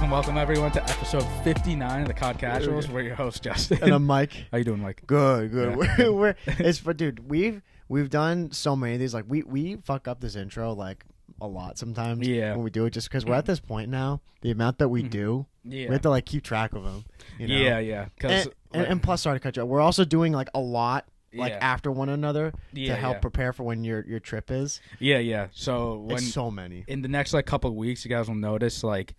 and welcome everyone to episode 59 of the Cod Casuals. We're your host Justin. and I'm Mike. How you doing, Mike? Good, good. Yeah. We're, we're it's but dude, we've we've done so many of these. Like we we fuck up this intro like a lot sometimes. Yeah. Mm-hmm. when we do it, just because we're at this point now, the amount that we do, Yeah. we have to like keep track of them. You know? Yeah, yeah. Because And, and, and plus, sorry to cut you. off, We're also doing like a lot like Yeah. after one another Yeah, to help yeah. prepare for when your your trip is. yeah, yeah. So when it's so many. in the next like couple of weeks, you guys will notice. Like,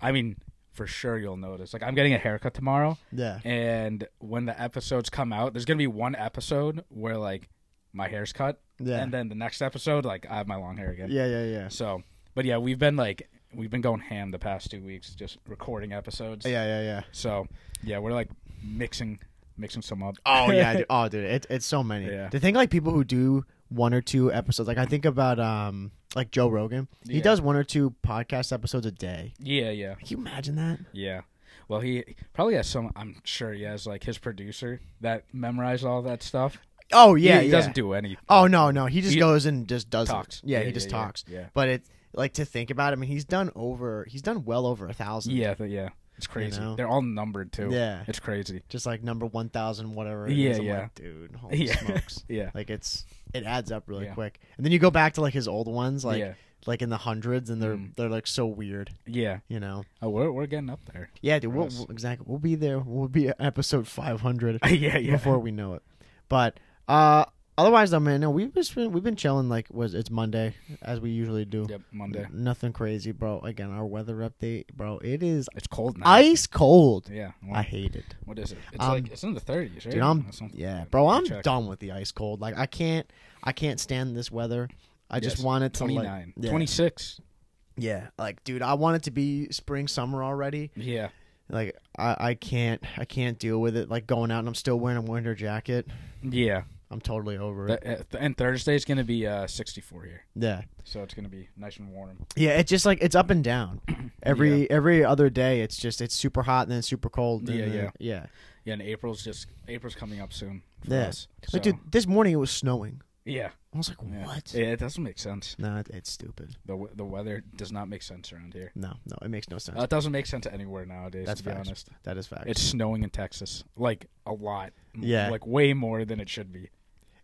I mean, for sure you'll notice. Like, I'm getting a haircut tomorrow, Yeah. and when the episodes come out, there's gonna be one episode where like my hair's cut, Yeah. and then the next episode, like I have my long hair again. Yeah, yeah, yeah. So, but yeah, we've been like we've been going ham the past two weeks, just recording episodes. Yeah, yeah, yeah. So yeah, we're like mixing mixing some up. Oh yeah, dude. oh dude, it, it's so many. Yeah. To think like people who do one or two episodes, like I think about um like Joe Rogan, he Yeah. does one or two podcast episodes a day. yeah, yeah, Can you imagine that? yeah. Well, he probably has some. I'm sure he has like his producer that memorized all that stuff. Oh yeah, he, yeah. doesn't do any. Oh no, no, he just He- goes and just does it. Talks. Yeah, Yeah, he yeah, just yeah, talks. yeah. but it's like to think about. it, I mean, he's done over. He's done well over a thousand. Yeah, th- yeah. It's crazy. know? They're all numbered too. Yeah. it's crazy. Just like number one thousand, whatever. it Yeah, is. I'm yeah. like, dude, holy Yeah. smokes. Yeah, Like it's it adds up really Yeah. quick, and then you go back to like his old ones, like Yeah. Mm. like in the hundreds, and they're they're like so weird, yeah. you know. Oh, we're we're getting up there. Yeah, dude. We'll, us. we'll- exactly. We'll be there. We'll be at episode 500 yeah, yeah. before we know it. But uh, otherwise, though, man, no, we've just been we've been chilling. Like, was it's Monday as we usually do. Yep, Monday. Nothing crazy, bro. Again, our weather update, bro. It is It's cold now. ice cold. yeah. well, I hate it, what is it? It's um, like it's in the 30s, right? dude. I'm Or something. yeah, bro. I'm Check. done with the ice cold. Like, I can't, I can't stand this weather. I just Yes, want it to 29, like, yeah, 26. yeah, like, dude, I want it to be spring, summer already. Yeah. like I, I can't I can't deal with it like going out and I'm still wearing a winter jacket. Yeah. I'm totally over it. Th- uh, th- and Thursday's going to be uh, 64 here. yeah. So it's going to be nice and warm. Yeah, it's just like it's up and down. Every every other day it's just it's super hot and then it's super cold. and Yeah, then- yeah. Yeah. Yeah, and April's just April's coming up soon. For Yeah. Us, But So, dude, this morning it was snowing. yeah, I was like, yeah. "What?" Yeah, it doesn't make sense. No, it, it's stupid. The w- the weather does not make sense around here. No, no, it makes no sense. Uh, it doesn't make sense anywhere nowadays. That's to be facts. honest, that is fact. it's snowing in Texas like a lot. M- Yeah. like way more than it should be.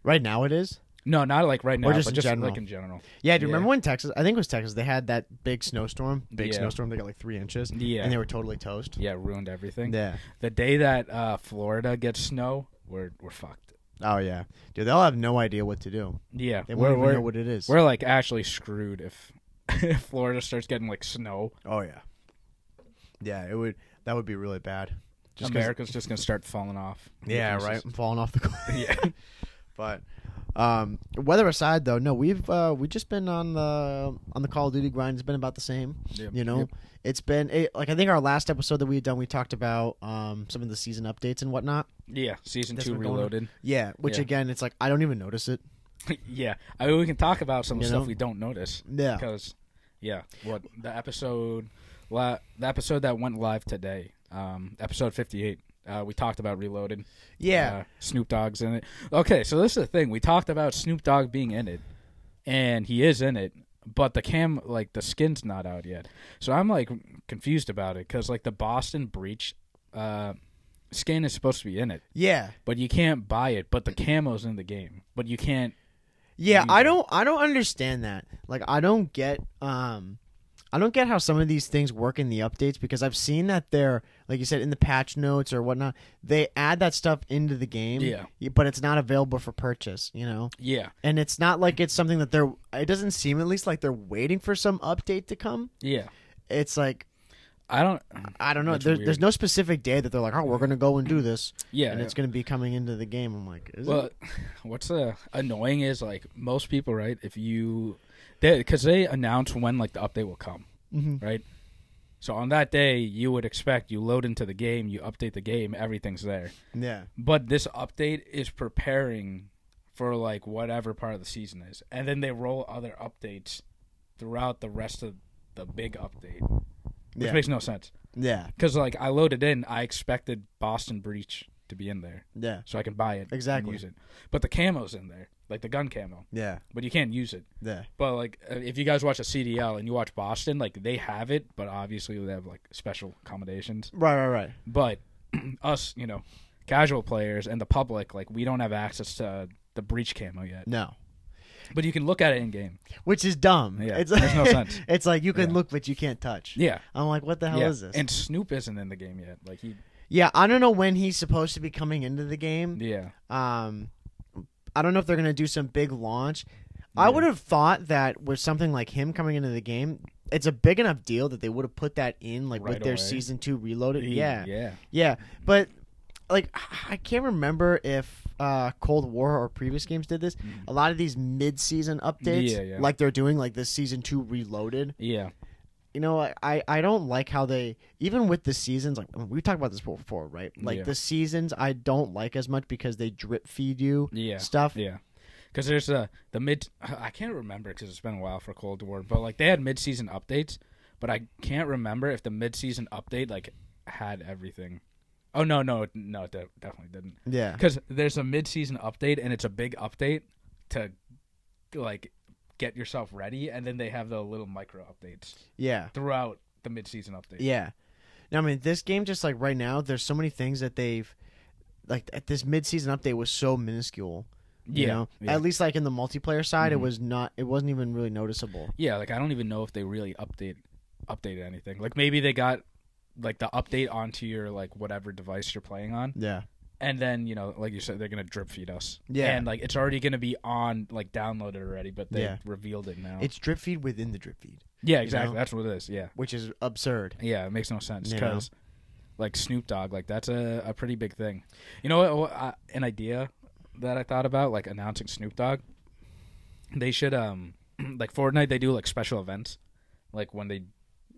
right now it is. No, not like right now, just but in just general. like in general. Yeah, do you Yeah. remember when Texas? I think it was Texas. They had that big snowstorm. Big Yeah. snowstorm. They got like three inches. Yeah. and they were totally toast. Yeah, ruined everything. Yeah. The day that uh, Florida gets snow, we're we're fucked. Oh yeah, dude, they'll have no idea what to do. Yeah, They we're won't even we're, know what it is. we're like actually screwed if, if Florida starts getting like snow. Oh yeah, yeah. It would that would be really bad. Just 'cause- America's just gonna start falling off. yeah, Because right. it's- I'm falling off the cliff. Yeah. but um, weather aside, though, no, we've uh, we've just been on the on the Call of Duty grind. It's been about the same. Yep. You know, Yep. it's been it, like I think our last episode that we had done, we talked about um, some of the season updates and whatnot. Yeah, season That's two been going on. reloaded. Yeah, which Yeah. again, it's like I don't even notice it. yeah, I mean we can talk about some You stuff know? we don't notice. Yeah. because yeah, what the episode, la- the episode that went live today, um, episode fifty eight. Uh, we talked about reloaded. Yeah, uh, Snoop Dogg's in it. Okay, so this is the thing. We talked about Snoop Dogg being in it, and he is in it, but the cam like the skin's not out yet. So I'm like confused about it because like the Boston Breach uh, skin is supposed to be in it, yeah, but you can't buy it. But the camo's in the game, but you can't. yeah. Maybe. I don't I don't understand that. Like I don't get um. I don't get how some of these things work in the updates because I've seen that they're like you said in the patch notes or whatnot. They add that stuff into the game, Yeah. But it's not available for purchase, you know. Yeah, And it's not like it's something that they're. It doesn't seem at least like they're waiting for some update to come. yeah. It's like I don't. I don't know. That's There, weird. there's no specific day that they're like, oh, we're gonna go and do this, Yeah, and it's gonna be coming into the game. I'm like, is Well, it? what's uh, annoying is like most people, right? If you, because they, announce when like the update will come, Mhm. right? So on that day, you would expect you load into the game, you update the game, everything's there. Yeah, But this update is preparing for like whatever part of the season is, and then they roll other updates throughout the rest of the big update, which yeah, makes no sense. yeah, Because like I loaded in, I expected Boston Breach to be in there yeah. so I can buy it and Exactly. use it. But the camo's in there, like the gun camo, Yeah. but you can't use it. Yeah. But like, uh, if you guys watch a CDL and you watch Boston, like they have it, but obviously they have like special accommodations. Right, right, right. But us, you know, casual players and the public, like we don't have access to the breach camo yet. No. But you can look at it in game. Which is dumb. Yeah, It's like, makes no sense. It's like you can Yeah. look but you can't touch. Yeah, I'm like, what the hell yeah. is this? And Snoop isn't in the game yet. Like he, yeah, I don't know when he's supposed to be coming into the game. yeah, Um I don't know if they're gonna do some big launch. I Yeah. would have thought that with something like him coming into the game, it's a big enough deal that they would have put that in like with Right their away. season two reloaded. He- yeah. yeah. Yeah, but like I can't remember if uh, Cold War or previous games did this. A lot of these mid-season updates, Mm. Yeah, yeah. like they're doing like this season two reloaded. Yeah, You know, I- I I don't like how they even with the seasons. Like we talked about this before, right? Like Yeah. the seasons, I don't like as much because they drip feed you yeah, stuff. yeah. Because there's the the mid. I can't remember because it's been a while for Cold War, but like they had mid season updates, but I can't remember if the mid season update like had everything. Oh no, no, it- no, it de- definitely didn't. Yeah, Because there's a mid season update and it's a big update to like get yourself ready, and then they have the little micro updates yeah, throughout the mid season update. yeah. Now I mean, this game just like right now, there's so many things that they've like at this mid-season update was so minuscule. you know? yeah. at least like in the multiplayer side Mhm. it was not it wasn't even really noticeable Yeah, like I don't even know if they really update updated anything. Like maybe they got like the update onto your like whatever device you're playing on, yeah and then you know, like you said, they're gonna drip feed us. Yeah. and like it's already gonna be on like downloaded already, but they Yeah. revealed it now. it's drip feed within the drip feed yeah, exactly. know? That's what it is. Yeah, which is absurd yeah, it makes no sense You know? because like Snoop Dogg, like that's a a pretty big thing. You know what? what I, an idea that I thought about, like announcing Snoop Dogg. They should um like Fortnite. They do like special events, like when they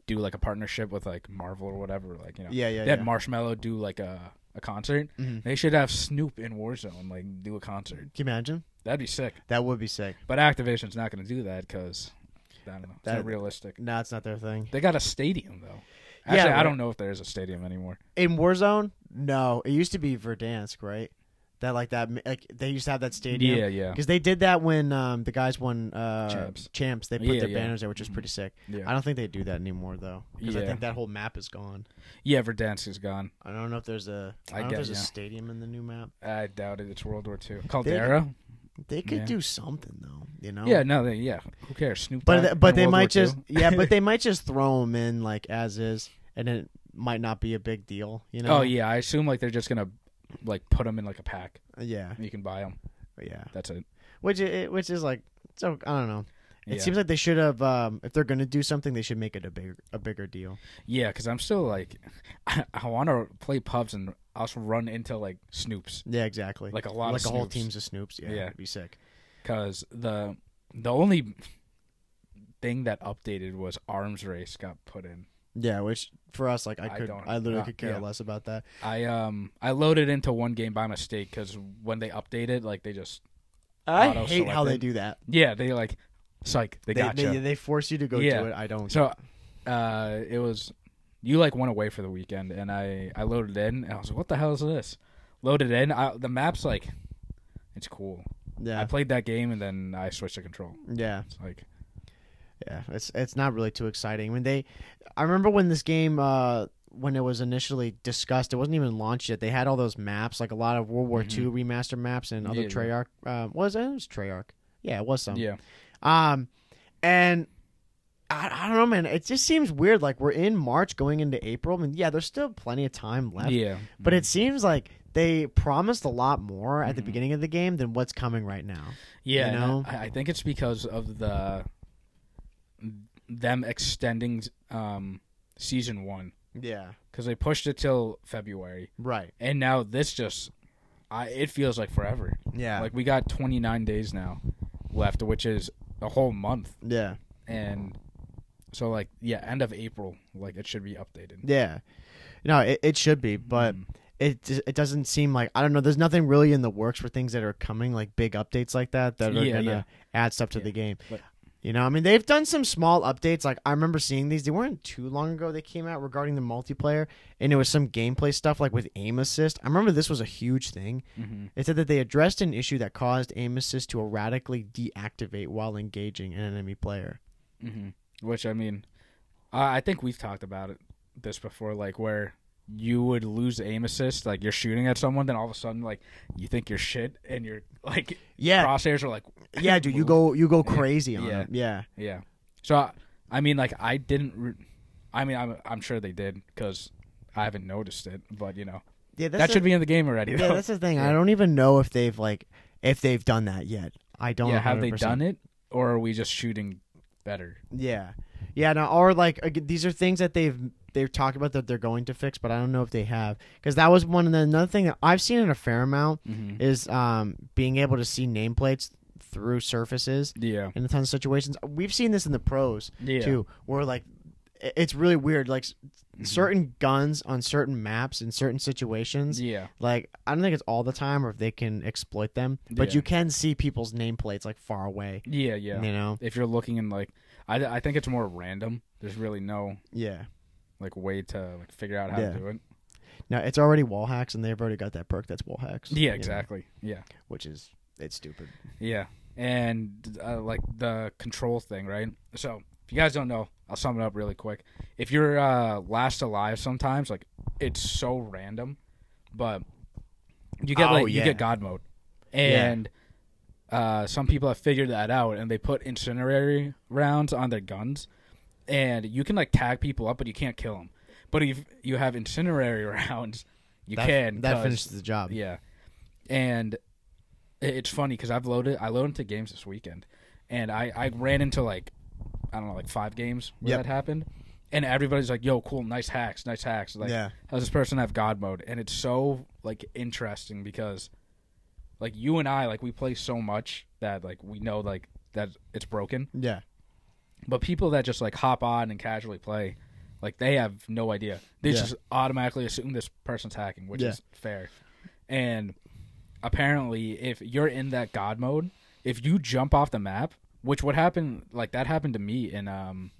do like a partnership with like Marvel or whatever. Like you know, yeah yeah they had yeah. Marshmallow do like a a concert. Mhm. They should have Snoop in Warzone like do a concert. can you imagine That'd be sick. that would be sick But Activision's not going to do that because I don't know. It's That- not realistic. no it's not their thing They got a stadium though. Yeah, Actually, I right. don't know if there is a stadium anymore. in warzone no it used to be verdansk right that like that like they used to have that stadium Yeah, yeah, because they did that when um, the guys won uh, Champs. champs. They put Yeah, their yeah. Mm-hmm. banners there, which is pretty sick. I yeah. don't think they do that anymore though, because I Yeah. think that whole map is gone. Yeah, Verdansk is gone. I don't know if there's a I I don't know if get- there's a yeah. stadium in the new map. I doubt it. It's World War II. Caldera. They could Yeah. do something though, you know. yeah, no, they, yeah. Who cares? Snoop. but Dogg th- but and they World War might just II? yeah, but they might just throw them in like as is, and it might not be a big deal, you know. Oh yeah, I assume like they're just gonna like put them in like a pack. yeah, and You can buy them. yeah. That's it. Which i- it, which is like so I don't know. It Yeah. seems like they should have um, if they're gonna do something, they should make it a bigger a bigger deal. Yeah, because I'm still like, I, want to play pubs and also run into like Snoops, Yeah, exactly. like a lot like of a whole Snoops. teams of snoops. Yeah, Yeah. it'd be sick. because the the only thing that updated was arms race got put in. Yeah, which for us, like I I could, I, don't- literally uh, could care yeah. less about that. I um I loaded into one game by mistake because when they updated, like they just I Auto hate how they selected. do that. yeah they like psych they, They got gotcha. they, they force you to go Yeah. do it. I don't. So uh, it was you like went away for the weekend, and I I loaded in, and I was like, what the hell is this? Loaded in, I, the map's like, it's cool. I yeah, played that game, and then I switched to control. yeah. It's like Yeah, it's it's not really too exciting. When they, I remember when this game, uh, when it was initially discussed, it wasn't even launched yet. They had all those maps, like a lot of World War Mhm. II remaster maps and Yeah, other yeah. Treyarch. Um, was it? it was Treyarch? Yeah, it was some. yeah, Um, and I, I don't know, man. It just seems weird. Like we're in March, going into April. I mean, yeah, there's still plenty of time left. yeah, But it seems like they promised a lot more at the Mhm. beginning of the game than what's coming right now. yeah. you and I- know? I, I think it's because of the them extending um season one Yeah. because they pushed it till February, Right. and now this just I it feels like forever. Yeah. Like we got 29 days now left, which is a whole month, yeah. and so like yeah, end of April, like it should be updated. Yeah. No, it, it should be, but Hmm. it it doesn't seem like I don't know. There's nothing really in the works for things that are coming, like big updates like that that are Yeah, gonna yeah. add stuff to Yeah. the game. But- You know, I mean, they've done some small updates. Like I remember seeing these; they weren't too long ago. They came out regarding the multiplayer, and it was some gameplay stuff like with aim assist. I remember this was a huge thing. hmm It said that they addressed an issue that caused aim assist to erratically deactivate while engaging an enemy player. Mm-hmm. hmm Which I mean, I I think we've talked about it this before, like where you would lose aim assist, like you're shooting at someone, then all of a sudden, like you think you're shit, and you're like Yeah, crosshairs are like, yeah, dude, you go you go crazy on Yeah. them. Yeah, yeah. So I, I mean, like I didn't. Re- I mean, I'm I'm sure they did because I haven't noticed it, but you know yeah, that should be in the game already. Yeah, though. that's the thing. Yeah. I don't even know if they've like if they've done that yet. I don't. yeah, know have they done it, or are we just shooting better? Yeah, yeah. No, or like ag- these are things that they've they've talked about that they're going to fix, but I don't know if they have because that was one. And then another thing that I've seen in a fair amount Mm-hmm. is um being able to see nameplates through surfaces Yeah, in a ton of situations. We've seen this in the pros yeah, too, where like i- it's really weird. Like s Mm-hmm. certain guns on certain maps in certain situations, yeah, like I don't think it's all the time or if they can exploit them, but Yeah. you can see people's nameplates like far away. yeah, yeah. You know? If you're looking in like, I, I think it's more random. There's really no Yeah. like way to like figure out how Yeah. to do it. Now it's already wall hacks and they've already got that perk that's wall hacks. you Yeah, know, exactly. Yeah, which is it's stupid. yeah, and uh, like the control thing, right? So if you guys don't know, I'll sum it up really quick. If you're uh, last alive, sometimes like it's so random, but you get Oh, like you yeah. get God mode, and uh, some people have figured that out, and they put incendiary rounds on their guns, and you can like tag people up, but you can't kill them. But if you have incendiary rounds, you that, can. that 'cause- finishes the job. Yeah, and i- it's funny because I've loaded I loaded into games this weekend, and I I ran into like I don't know like five games where Yep. that happened, and everybody's like, "Yo, cool, nice hacks, nice hacks." Like, Yeah. how's this person have God mode? And it's so like interesting because like you and I like we play so much that like we know like that it's broken, Yeah. but people that just like hop on and casually play. Like they have no idea. They Yeah. just automatically assume this person's hacking, which Yeah. is fair. And apparently, if you're in that god mode, if you jump off the map, which would happen, like that happened to me in um,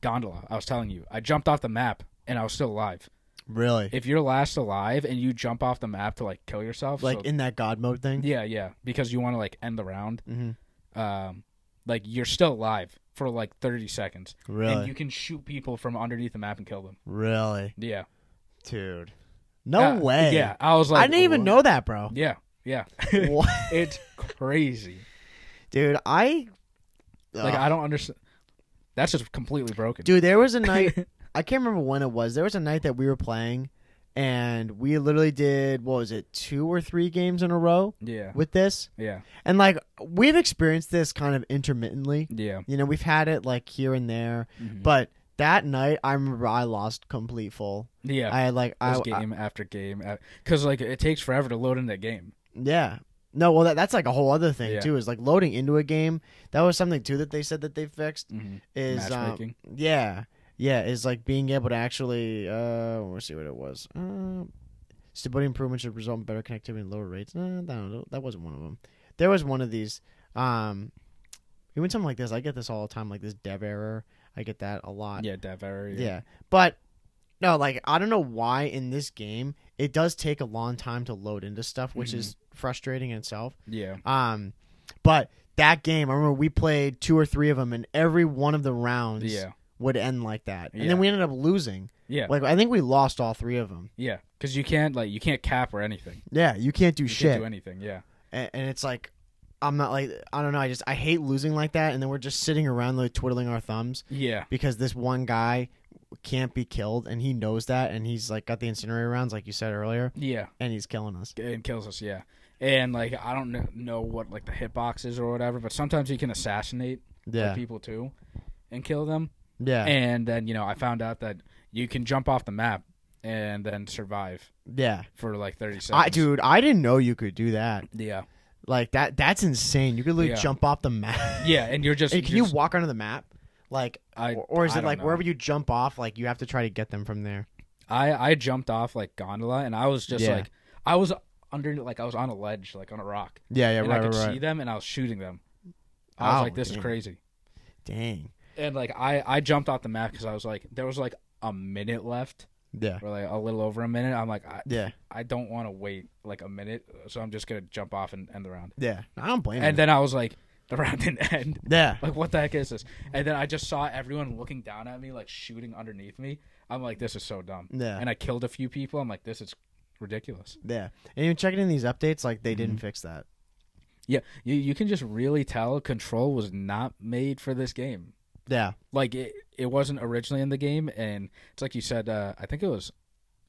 Gondola. I was telling you, I jumped off the map and I was still alive. Really. If you're last alive and you jump off the map to like kill yourself, like so- in that god mode thing. yeah, yeah, because you want to like end the round, Mhm. um, like you're still alive for like 30 seconds, Really. and you can shoot people from underneath the map and kill them. really. Yeah, Dude. No Uh, way. Yeah, I was like, I didn't even "Wha- know that, bro. Yeah, yeah, What? it's crazy. Dude, I Like I don't understand. That's just completely broken. Dude, there was a night I can't remember when it was. There was a night that we were playing and we literally did what was it, two or three games in a row yeah, with this. yeah, And like we've experienced this kind of intermittently. yeah. You know, we've had it like here and there. mhm. But that night I remember I lost complete full. yeah, I like I, It was I- game after game, because like it takes forever to load in that game. Yeah. No, well that, that's like a whole other thing Yeah. too, is like loading into a game. That was something too that they said that they fixed. Mm-hmm. Is um, Matchmaking. Yeah, yeah, is like being able to actually. Uh, let's see what it was. Uh, stability improvement should result in better connectivity and lower rates. No, no, that wasn't one of them. There was one of these. Um, even something like this, I get this all the time. Like this dev error, I get that a lot. yeah, dev error. yeah. but no, like I don't know why in this game it does take a long time to load into stuff, which Mm-hmm. is frustrating in itself. yeah, Um, but that game, I remember we played two or three of them, and every one of the rounds yeah. would end like that. And Yeah. then we ended up losing. Yeah. Like I think we lost all three of them. Yeah, because you can't like you can't cap or anything. Yeah, you can't do You shit. can't do anything. Yeah, and, and it's like I'm not like I don't know, I just I hate losing like that and then we're just sitting around like twiddling our thumbs yeah, because this one guy can't be killed and he knows that and he's like got the incinerator rounds like you said earlier yeah. and he's killing us. It kills us. Yeah, and like I don't kn- know what like the hitbox is or whatever, but sometimes you can assassinate like, Yeah. people too, and kill them. Yeah. And then you know I found out that you can jump off the map and then survive yeah. for like thirty seconds. I dude, I didn't know you could do that. Yeah, Like that that's insane. You could literally Yeah. jump off the map. yeah, and you're just Hey, can you're you just- walk onto the map? Like I, or, or is I it don't like know. wherever you jump off, like you have to try to get them from there? I I jumped off like gondola and I was just Yeah. like I was under like I was on a ledge like on a rock Yeah, yeah, and I could see them and I was shooting them. I was Oh, like, this is damn. crazy. Dang. And like I, I jumped off the map because I was like, there was like a minute left, Yeah. or like a little over a minute. I'm like, I, Yeah. I don't want to wait like a minute, so I'm just gonna jump off and end the round. Yeah. I don't blame And you. then I was like, the round didn't end. yeah. Like what the heck is this? And then I just saw everyone looking down at me, like shooting underneath me. I'm like, this is so dumb. Yeah. And I killed a few people. I'm like, this is ridiculous. Yeah. And even checking in these updates, like they didn't fix that. Yeah, you you can just really tell control was not made for this game. Yeah. Like it it wasn't originally in the game, and it's like you said. Uh, I think it was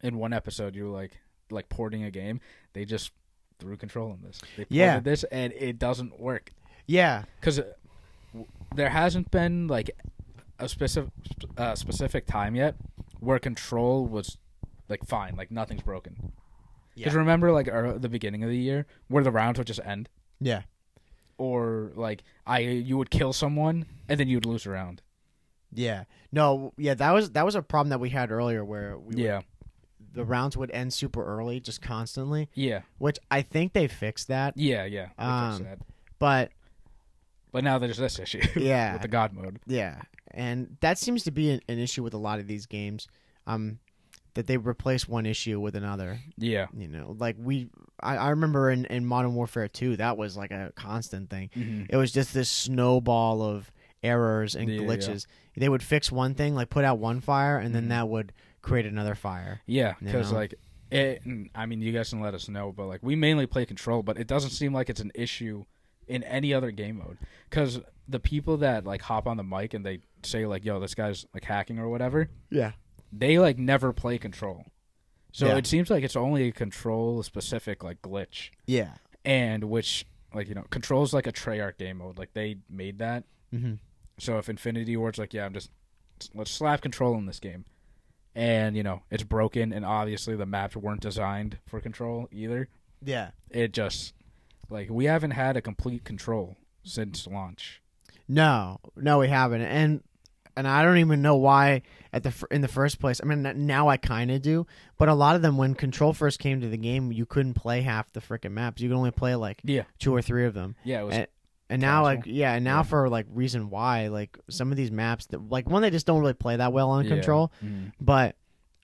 in one episode you were like like porting a game. They just threw control in this. They ported Yeah. this and it doesn't work. Yeah. because there hasn't been like a specific uh, specific time yet where control was like fine, like nothing's broken. Because Yeah. remember, like our, the beginning of the year where the rounds would just end, Yeah. or like I you would kill someone and then you'd lose a round. Yeah. No, yeah, that was that was a problem that we had earlier where we would- the rounds would end super early just constantly, yeah, which I think they fixed that. yeah, yeah. Like I Um, said. But But now there's this issue yeah. with the god mode. Yeah, and that seems to be an, an issue with a lot of these games. Um, that they replace one issue with another. Yeah, You know, like we, I, I remember in in Modern Warfare Two, that was like a constant thing. Mhm. It was just this snowball of errors and Yeah, Mm-hmm. yeah. glitches. They would fix one thing, like put out one fire, and then that would create another fire. yeah. You Because know? like. It, and, I mean, you guys can let us know, but like we mainly play control, but it doesn't seem like it's an issue in any other game mode because the people that like hop on the mic and they say like yo this guy's like hacking or whatever Yeah, they like never play control so Yeah. it seems like it's only a control specific like glitch yeah, and which like you know controls like a treyarch game mode like they made that Mhm. so if infinity ward's like yeah i'm just let's slap control in this game and you know it's broken and obviously the maps weren't designed for control either yeah. it just like we haven't had a complete control since launch. No, no, we haven't, and and I don't even know why at the fir- in the first place. I mean, n- now I kind of do, but a lot of them when Control first came to the game, you couldn't play half the freaking maps. You could only play like Yeah, two or three of them, yeah, it was and, and now like casual. yeah, and now Yeah. for like reason why like some of these maps that like one they just don't really play that well on yeah. Control, Mhm. but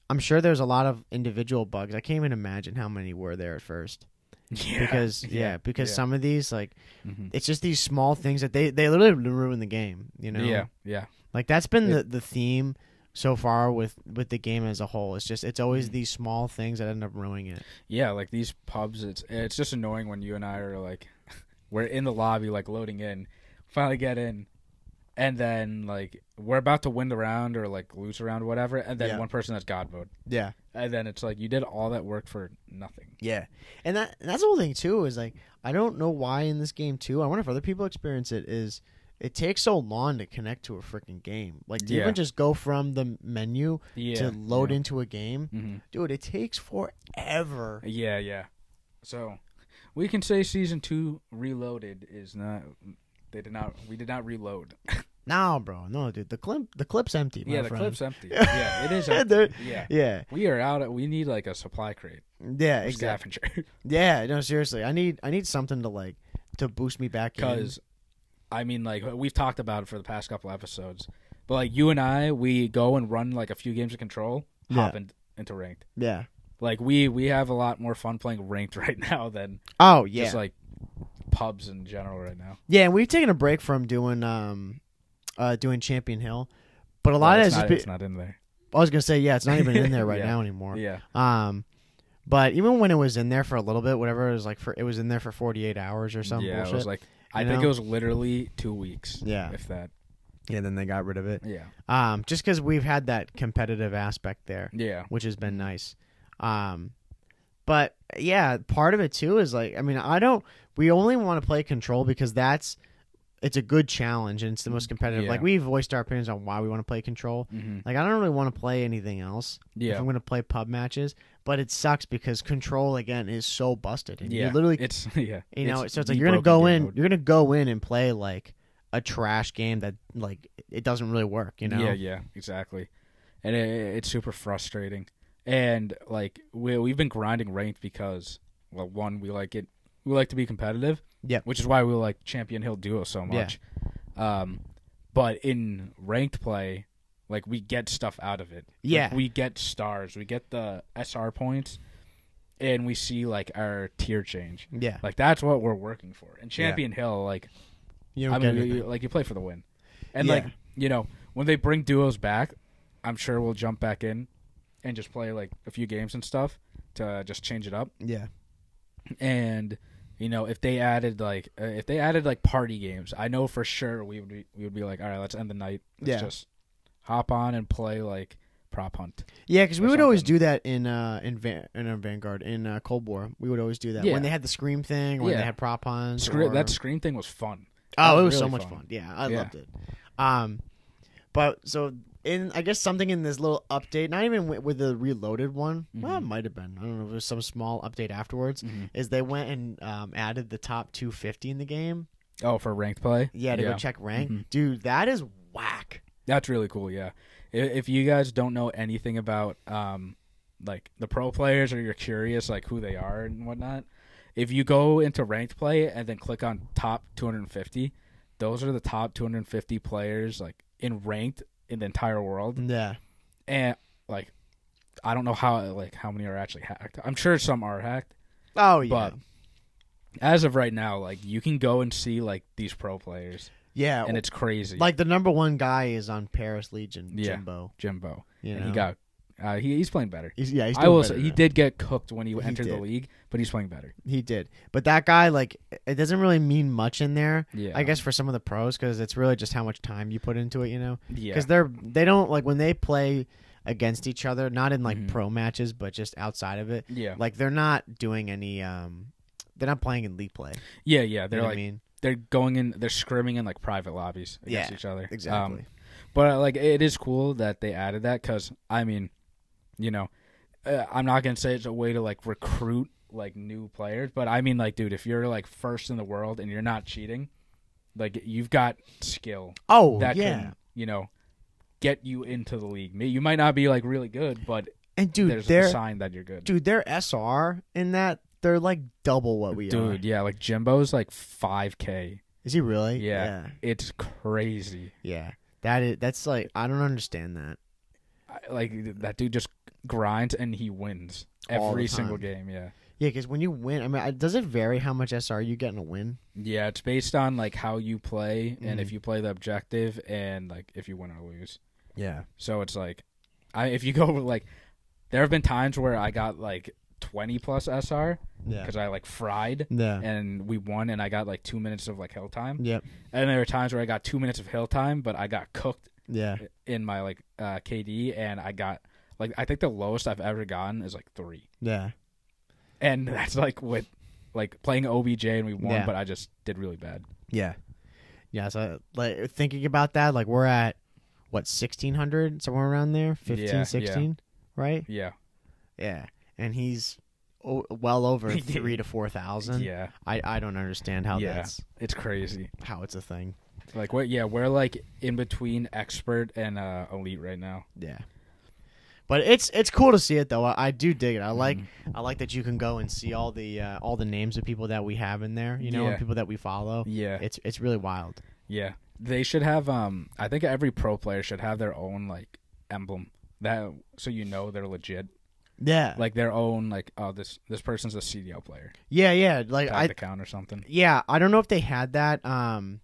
I'm sure there's a lot of individual bugs. I can't even imagine how many were there at first Yeah, because yeah, because yeah. some of these like Mhm. it's just these small things that they they literally ruin the game. You know. yeah, yeah, Like that's been It- the, the theme so far with with the game as a whole. It's just it's Mm. always these small things that end up ruining it. yeah. Like these pubs, it's it's just annoying when you and I are like we're in the lobby, like loading in, finally get in, and then like we're about to win the round or like lose the round, whatever, and then Yeah. one person has God mode, Yeah. and then it's like you did all that work for nothing. Yeah. And that and that's the whole thing too is like I don't know why in this game too. I wonder if other people experience it is it takes so long to connect to a freaking game. Like to Yeah. even just go from the menu Yeah, to load yeah. into a game. Mhm. Dude, it takes forever. Yeah, yeah. So we can say season two reloaded is not. They did not. We did not reload. Nah, bro. No, dude. The clip the clip's empty, my yeah, the friend. clip's empty. yeah, it is. Empty. They're- Yeah, Yeah. we are out. Of, we need like a supply crate. Yeah, for exactly. Staffordshire. Yeah, no, seriously, I need I need something to like to boost me back. in. Because, I mean, like we've talked about it for the past couple episodes, but like you and I, we go and run like a few games of control, hop Yeah. in, into ranked. yeah. Like we we have a lot more fun playing ranked right now than Oh yeah, just like pubs in general right now. yeah. And we've taken a break from doing um, uh, doing Champion Hill, but a lot Well, of it's it's just not, be- it's not in there. I was gonna say yeah, it's not even in there right Yeah. now anymore. Yeah, Um, but even when it was in there for a little bit, whatever it was like for it was in there for forty eight hours or some yeah, bullshit. it was like I you think know? it was literally two weeks. Yeah. if that. yeah, then they got rid of it. Yeah, Um, just because we've had that competitive aspect there. yeah, which has Mm-hmm. been nice. Um, but yeah, part of it too is like, I mean, I don't. We only want to play control because that's it's a good challenge and it's the most competitive. Mm, Yeah. Like we voiced our opinions on why we want to play control. hmm Like I don't really want to play anything else. If yeah, I'm going to play pub matches, but it sucks because control again is so busted. And yeah. You literally, it's yeah, you know, so it's like the you're gonna broken go game in, mode. you're gonna go in and play like a trash game that like it doesn't really work. You know. Yeah, yeah, exactly. And it, it's super frustrating. And like we we've been grinding ranked because well, one we like it, we like to be competitive. Yep. which is why we like Champion Hill Duo so Yeah. much. Um, but in ranked play, like we get stuff out of it. Like, Yeah. we get stars, we get the SR points, and we see like our tier change. Yeah. Like that's what we're working for. And Champion Hill, like You I mean, don't get you- it. you- like you play for the win, and Yeah. like you know when they bring duos back, I'm sure we'll jump back in and just play like a few games and stuff to just change it up. Yeah. And you know if they added like uh, if they added like party games, I know for sure we would be, we would be like, all right, let's end the night. Let's Yeah. just hop on and play like prop hunt. Yeah, because we or would always something. do that in uh in Van- in our Vanguard in uh, Cold War. We would always do that Yeah. when they had the Scream thing, when Yeah. they had prop ons. Scre- or- that scream thing was fun. oh, that was it was so really much fun. fun. Yeah, I Yeah. loved it. Um, but so in I guess something in this little update, not even with, with the reloaded one, well, Mm-hmm. it might have been. I don't know. It was some small update afterwards. Is they went and um, added the top 250 in the game. Oh, for ranked play. Yeah, to go check rank, Mm-hmm. dude. That is whack. That's really cool. Yeah, I- if you guys don't know anything about um, like the pro players, or you're curious like who they are and whatnot, if you go into ranked play and then click on top 250, those are the top 250 players like in ranked in the entire world, Yeah, and like I don't know how like how many are actually hacked. I'm sure some are hacked, Oh yeah, but as of right now, like you can go and see like these pro players, yeah. and it's crazy. like the number one guy is on Paris Legion, Yeah. Jimbo. Jimbo, You and know? he got uh, he, he's playing better. He's, yeah, he's I will doing say better he now. did get cooked when he, entered the did. league, but he's playing better. He did, but that guy like it doesn't really mean much in there. Yeah. I guess for some of the pros because it's really just how much time you put into it, you know. Yeah, Because they're they don't like when they play against each other, not in like pro matches, but just outside of it. Mm-hmm. yeah, Like they're not doing any. um They're not playing in league play. you yeah, yeah. know They're what like um, I mean, they're going in, they're scrimming in like private lobbies against Yeah, each other. Um, exactly. but uh, like, it is cool that they added that because I mean, you know, uh, I'm not gonna say it's a way to like recruit like new players, but I mean, like, dude, if you're like first in the world and you're not cheating, like you've got skill oh that yeah, can you know get you into the league. May- You might not be like really good, but and dude, there's a they're sign that you're good. dude, their SR in that they're like double what we are. Dude, yeah, like Jimbo's like five k. Is he really? Yeah. yeah, It's crazy. yeah. That is that's like I don't understand that. I- Like that dude just grinds and he wins All every the single time. game. Yeah, Yeah, because when you win, I mean, I- does it vary how much SR you get in a win? yeah. It's based on like how you play and Mhm. if you play the objective and like if you win or lose. Yeah. So it's like, I if you go with, like, there have been times where I got like twenty plus SR Yeah. because I like fried. Yeah. And we won, and I got like two minutes of like hill time. Yep. And there were times where I got two minutes of hill time, but I got cooked Yeah. in my like uh, KD, and I got like I think the lowest I've ever gotten is like three, Yeah. and that's like with like playing OBJ and we won, Yeah. but I just did really bad. Yeah. Yeah. So, like, thinking about that, like, we're at what, 1600, somewhere around there? 15, Yeah, yeah. 16, right? Yeah, Yeah. And he's o- well over Yeah. three to 4,000. yeah, I, I don't understand how Yeah. that's it's crazy. how it's a thing. Like what? Yeah, we're like in between expert and uh, elite right now. Yeah. But it's it's cool to see it though. I, I do dig it. I like Mm-hmm. I like that you can go and see all the uh, all the names of people that we have in there, you know, Yeah. and people that we follow. Yeah, It's it's really wild. yeah. They should have. Um, I think every pro player should have their own like emblem that so you know they're legit. Yeah. Like their own like oh this this person's a CDL player yeah, yeah. Like I type account or something. Yeah, I don't know if they had that. Um,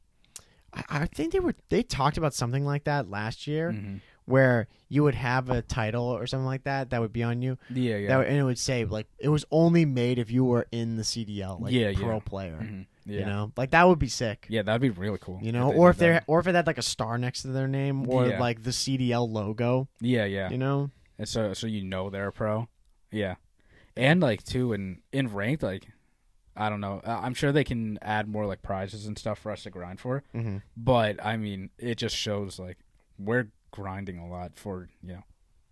I, I think they were they talked about something like that last year, Mhm. where you would have a title or something like that that would be on you. Yeah, yeah. That would- and it would say like it was only made if you were in the CDL, like Yeah, pro yeah. player. Mhm. yeah. You know, like that would be sick. Yeah, that'd be really cool. You know, they or did if they that. or if it had like a star next to their name or Yeah. like the CDL logo. yeah, yeah, You know, and so so you know they're a pro, yeah, and like too in in ranked like, I don't know, I- I'm sure they can add more like prizes and stuff for us to grind for, Mhm. but I mean it just shows like we're grinding a lot for you know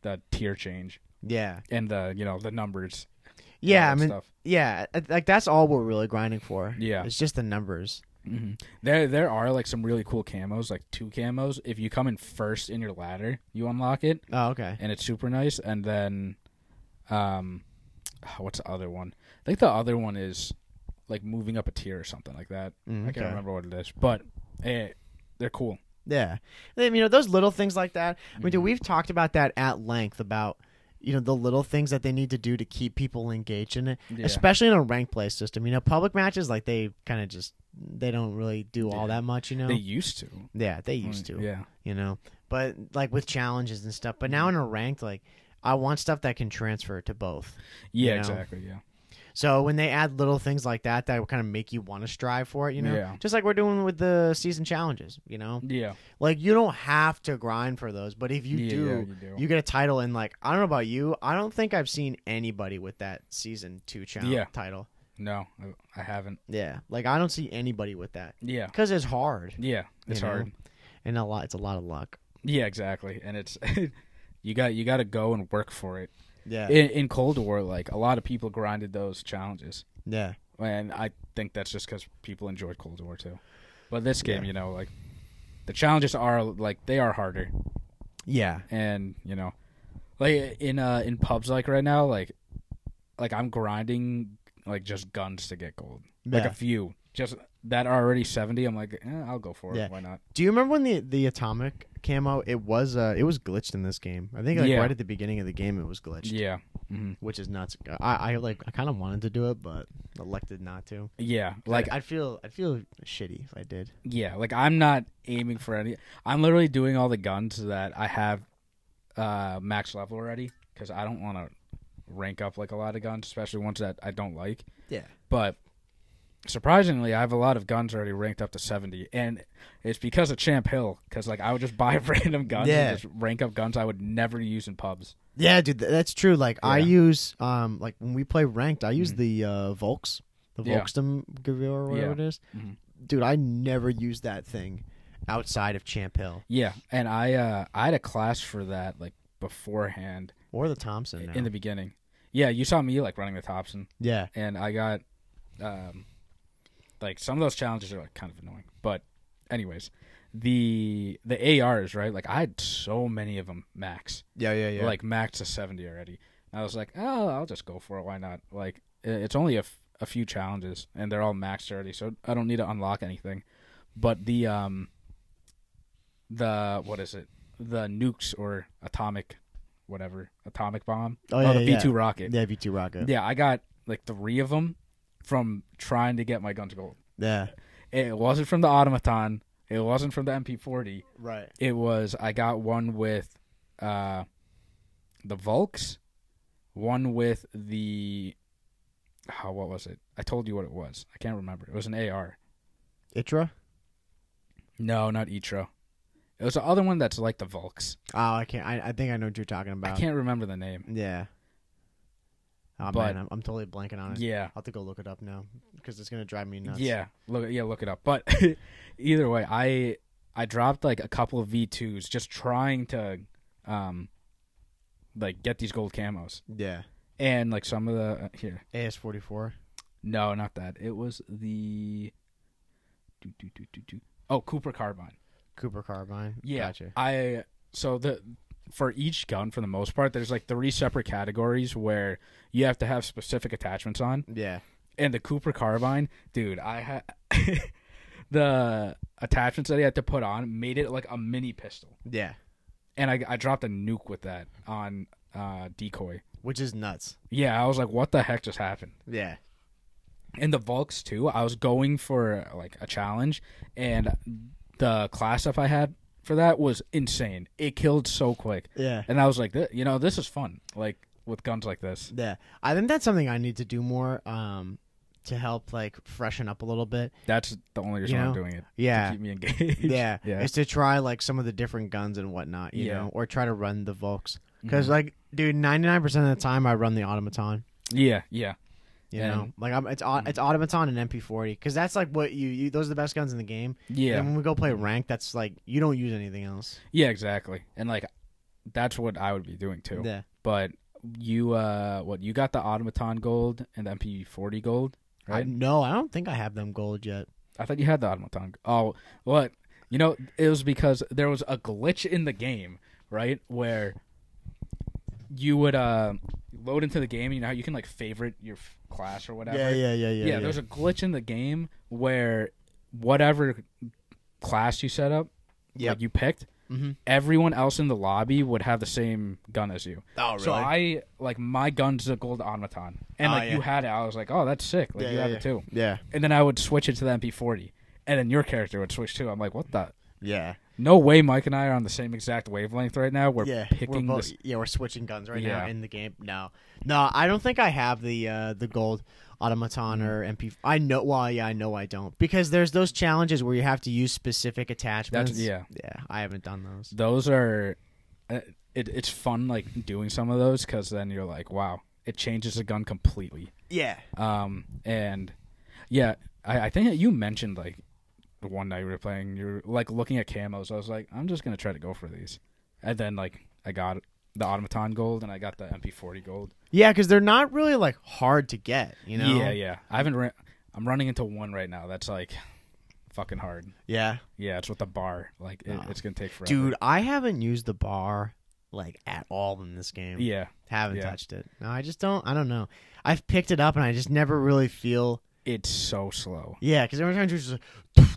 the tier change yeah, and the you know the numbers. and all yeah. I that mean, stuff. yeah, like that's all we're really grinding for. Yeah. it's just the numbers. Mhm. there there are like some really cool camos, like two camos. If you come in first in your ladder, you unlock it. Oh, okay. and it's super nice. And then, um, what's the other one? I think the other one is like moving up a tier or something like that. Mm, I okay. can't remember what it is, but eh, they're cool. Yeah. And then, you know, those little things like that. I mean, Mm-hmm. dude, we've talked about that at length about, you know, the little things that they need to do to keep people engaged in it, Yeah. especially in a ranked play system. You know, public matches, like, they kind of just, they don't really do all that much, you know? They used to. yeah, they used to, Yeah. Mm. you know? But, like, with challenges and stuff. But now in a ranked, like, I want stuff that can transfer to both. Yeah, know? exactly. Yeah. So when they add little things like that that kind of make you want to strive for it, you know? Yeah. Just like we're doing with the season challenges, you know? Yeah. Like you don't have to grind for those, but if you yeah, do, yeah, you do. you get a title and like I don't know about you, I don't think I've seen anybody with that season 2 challenge Yeah. title. no, I- I haven't. Yeah. Like I don't see anybody with that Yeah. cuz it's hard Yeah. It's know? hard. and a lot it's a lot of luck. Yeah, exactly. And it's you got you got to go and work for it. Yeah. In, in Cold War, like a lot of people grinded those challenges, yeah. and I think that's just because people enjoyed Cold War too. But this game, you know, like the challenges are like they are harder, Yeah. and you know, like in uh in pubs like right now, like like I'm grinding like just guns to get gold, like Yeah. a few just that are already seventy. I'm like, eh, I'll go for it. Yeah. Why not? Do you remember when the the atomic camo it was uh it was glitched in this game. I think like Yeah. right at the beginning of the game it was glitched, Yeah. hmm which is nuts. I I like I kind of wanted to do it but elected not to. Yeah, like Like I'd feel I'd feel shitty if I did. Yeah, like I'm not aiming for any. I'm literally doing all the guns that I have uh, max level already because I don't want to rank up like a lot of guns, especially ones that I don't like. Yeah. But surprisingly, I have a lot of guns already ranked up to 70, and it's because of Champ Hill. Because like I would just buy random guns Yeah. and just rank up guns I would never use in pubs. Yeah, dude, th- that's true. Like I Yeah. Mm-hmm. use um like when we play ranked, I use the uh Volks, the Yeah. Volksdom Gewehr or whatever Yeah. it is. Mhm. Dude, I never use that thing outside of Champ Hill Yeah, and I uh, I had a class for that like beforehand or the Thompson. now. in the beginning. Yeah, you saw me like running the Thompson. yeah, and I got um like some of those challenges are like kind of annoying. But anyways, the the ARs, right? Like I had so many of them max. yeah, yeah, yeah. Like max to 70 already. And I was like, "Oh, I'll just go for it. Why not?" Like i- it's only a, f- a few challenges and they're all maxed already, so I don't need to unlock anything. But the um the what is it? The nukes or atomic whatever, atomic bomb. Oh, yeah, the yeah, B2 rocket. yeah, V two rocket. Yeah, I got like three of them from trying to get my gun to gold. Yeah, It wasn't from the automaton. It wasn't from the MP40. right. It was I got one with uh, the Volks, one with the oh, what was it? I told you what it was. I can't remember. It was an AR. Itra. No, not Itro. It was the other one that's like the Volks. Oh, I can't. I, I think I know what you're talking about. I can't remember the name. Yeah. Oh But- man, I'm, I'm totally blanking on it. Yeah. I'll have to go look it up now because it's gonna drive me nuts. Yeah, look, yeah, look it up. But either way, I I dropped like a couple of V twos just trying to, um, like get these gold camos yeah. and like some of the uh, here. AS forty four. No, not that. It was the. doo, doo, doo, doo, doo. Oh, Cooper carbine. Cooper carbine. Yeah, Gotcha. I so the for each gun for the most part, there's like three separate categories where you have to have specific attachments on. Yeah. and the Cooper carbine, dude, I had the attachments that he had to put on made it like a mini pistol, Yeah. and I, I dropped a nuke with that on uh, decoy. Which is nuts. Yeah, I was like, what the heck just happened? Yeah. And the Vulks too. I was going for like a challenge, and the class up I had for that was insane. It killed so quick, Yeah. and I was like, "Th- you know, this is fun. Like with guns like this. Yeah. I think that's something I need to do more um to help like freshen up a little bit. That's the only reason You I'm know? doing it. to Yeah. keep me engaged. Yeah. yeah. Is to try like some of the different guns and whatnot, you Yeah. Mm-hmm. know, or try to run the Volks. Because like, dude, ninety nine percent of the time I run the automaton. Mm-hmm. yeah, yeah. You Yeah. know, like I'm, it's au- it's automaton and MP40 because that's like what you, you those are the best guns in the game. Yeah, And when we go play ranked, that's like you don't use anything else. yeah, exactly. And like, that's what I would be doing too. Yeah. But you, uh, what you got the automaton gold and the MP40 gold, I, right? no, I don't think I have them gold yet. I, thought you had the automaton. Oh, what? You know, it was because there was a glitch in the game, right, where you would uh load into the game. You know, how you can like favorite your f- class or whatever. Yeah, yeah, yeah, yeah. yeah, there's a glitch in the game where whatever class you set up Yep. like you picked, Mhm. everyone else in the lobby would have the same gun as you. Oh, So I like my gun's a gold automaton, and Oh, like yeah. you had it. I was like, oh, that's sick. Like yeah, you yeah, have yeah. it too. Yeah, And then I would switch it to the MP40, and then your character would switch too. I'm like, what the? yeah, No way, Mike and I are on the same exact wavelength right now. We're yeah. picking we're both- this. yeah, we're switching guns right now Yeah. in the game. No, no, I don't think I have the uh, the gold automaton Mm. or MP. I know. Well, yeah, I know I don't because there's those challenges where you have to use specific attachments. yeah. yeah. I haven't done those. Those are, uh, it, it's fun like doing some of those because then you're like, wow, it changes the gun completely. Yeah, Um, and yeah, I, I think that you mentioned like the one night we were playing, you were like looking at camos. I was like, I'm just gonna try to go for these, and then like I got the automaton gold and I got the MP40 gold. yeah, because they're not really like hard to get. You know. Yeah, yeah. I haven't. Ran- I'm running into one right now. That's like fucking hard. yeah. Yeah, it's with the bar. Like it, Nah. it's gonna take forever. Dude, I haven't used the bar like at all in this game. Yeah, Haven't Yeah. touched it. No, I just don't. I don't know. I've picked it up and I just never really feel. it's so slow. Yeah, because every time it's just like,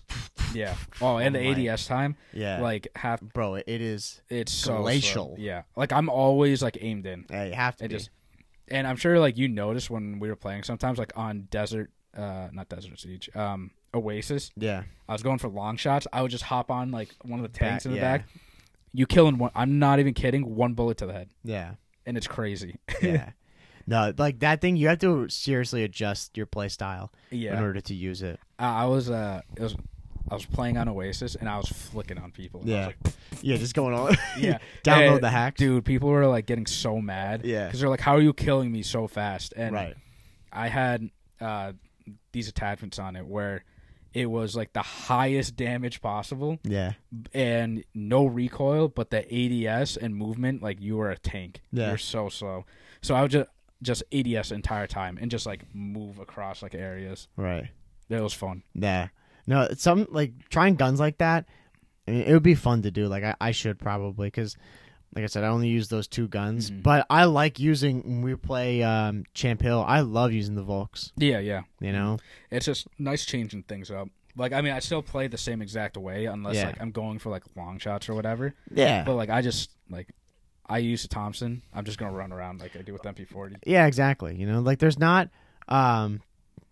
Yeah. Oh, and Oh the my- ADS time, yeah, like half. bro, it, it is. It's so slow. Glacial. Yeah. Like I'm always like aimed in. Yeah, you have to It be. just and I'm sure like you noticed when we were playing sometimes like on desert uh not desert siege um oasis yeah, I was going for long shots I would just hop on like one of the tanks Back- in the yeah. back you killing one I'm not even kidding one bullet to the head yeah, and it's crazy yeah. no, like that thing, you have to seriously adjust your play style in yeah order to use it. I, I was uh it was I was playing on oasis and I was flicking on people I was Yeah, like, yeah, just going on. yeah download And, the hack, dude people were like getting so mad Yeah. because they're like how are you killing me so fast and Right. I had uh, these attachments on it where it was like the highest damage possible Yeah, and no recoil, but the ADS and movement, like you were a tank. Yeah. You're so slow. So I would just just ADS the entire time and just like move across like areas. right. That was fun. Nah. No, it's some like trying guns like that. I mean, it would be fun to do. Like I, I should probably because, like I said, I only use those two guns. But I like using when we play um, Champ Hill. I love using the Volks. Yeah, yeah. You know. It's just nice changing things up. Like I mean, I still play the same exact way unless Yeah. like I'm going for like long shots or whatever. Yeah. But like I just like I use the Thompson. I'm just gonna run around like I do with MP40. Yeah. Exactly. You know, like there's not. Um,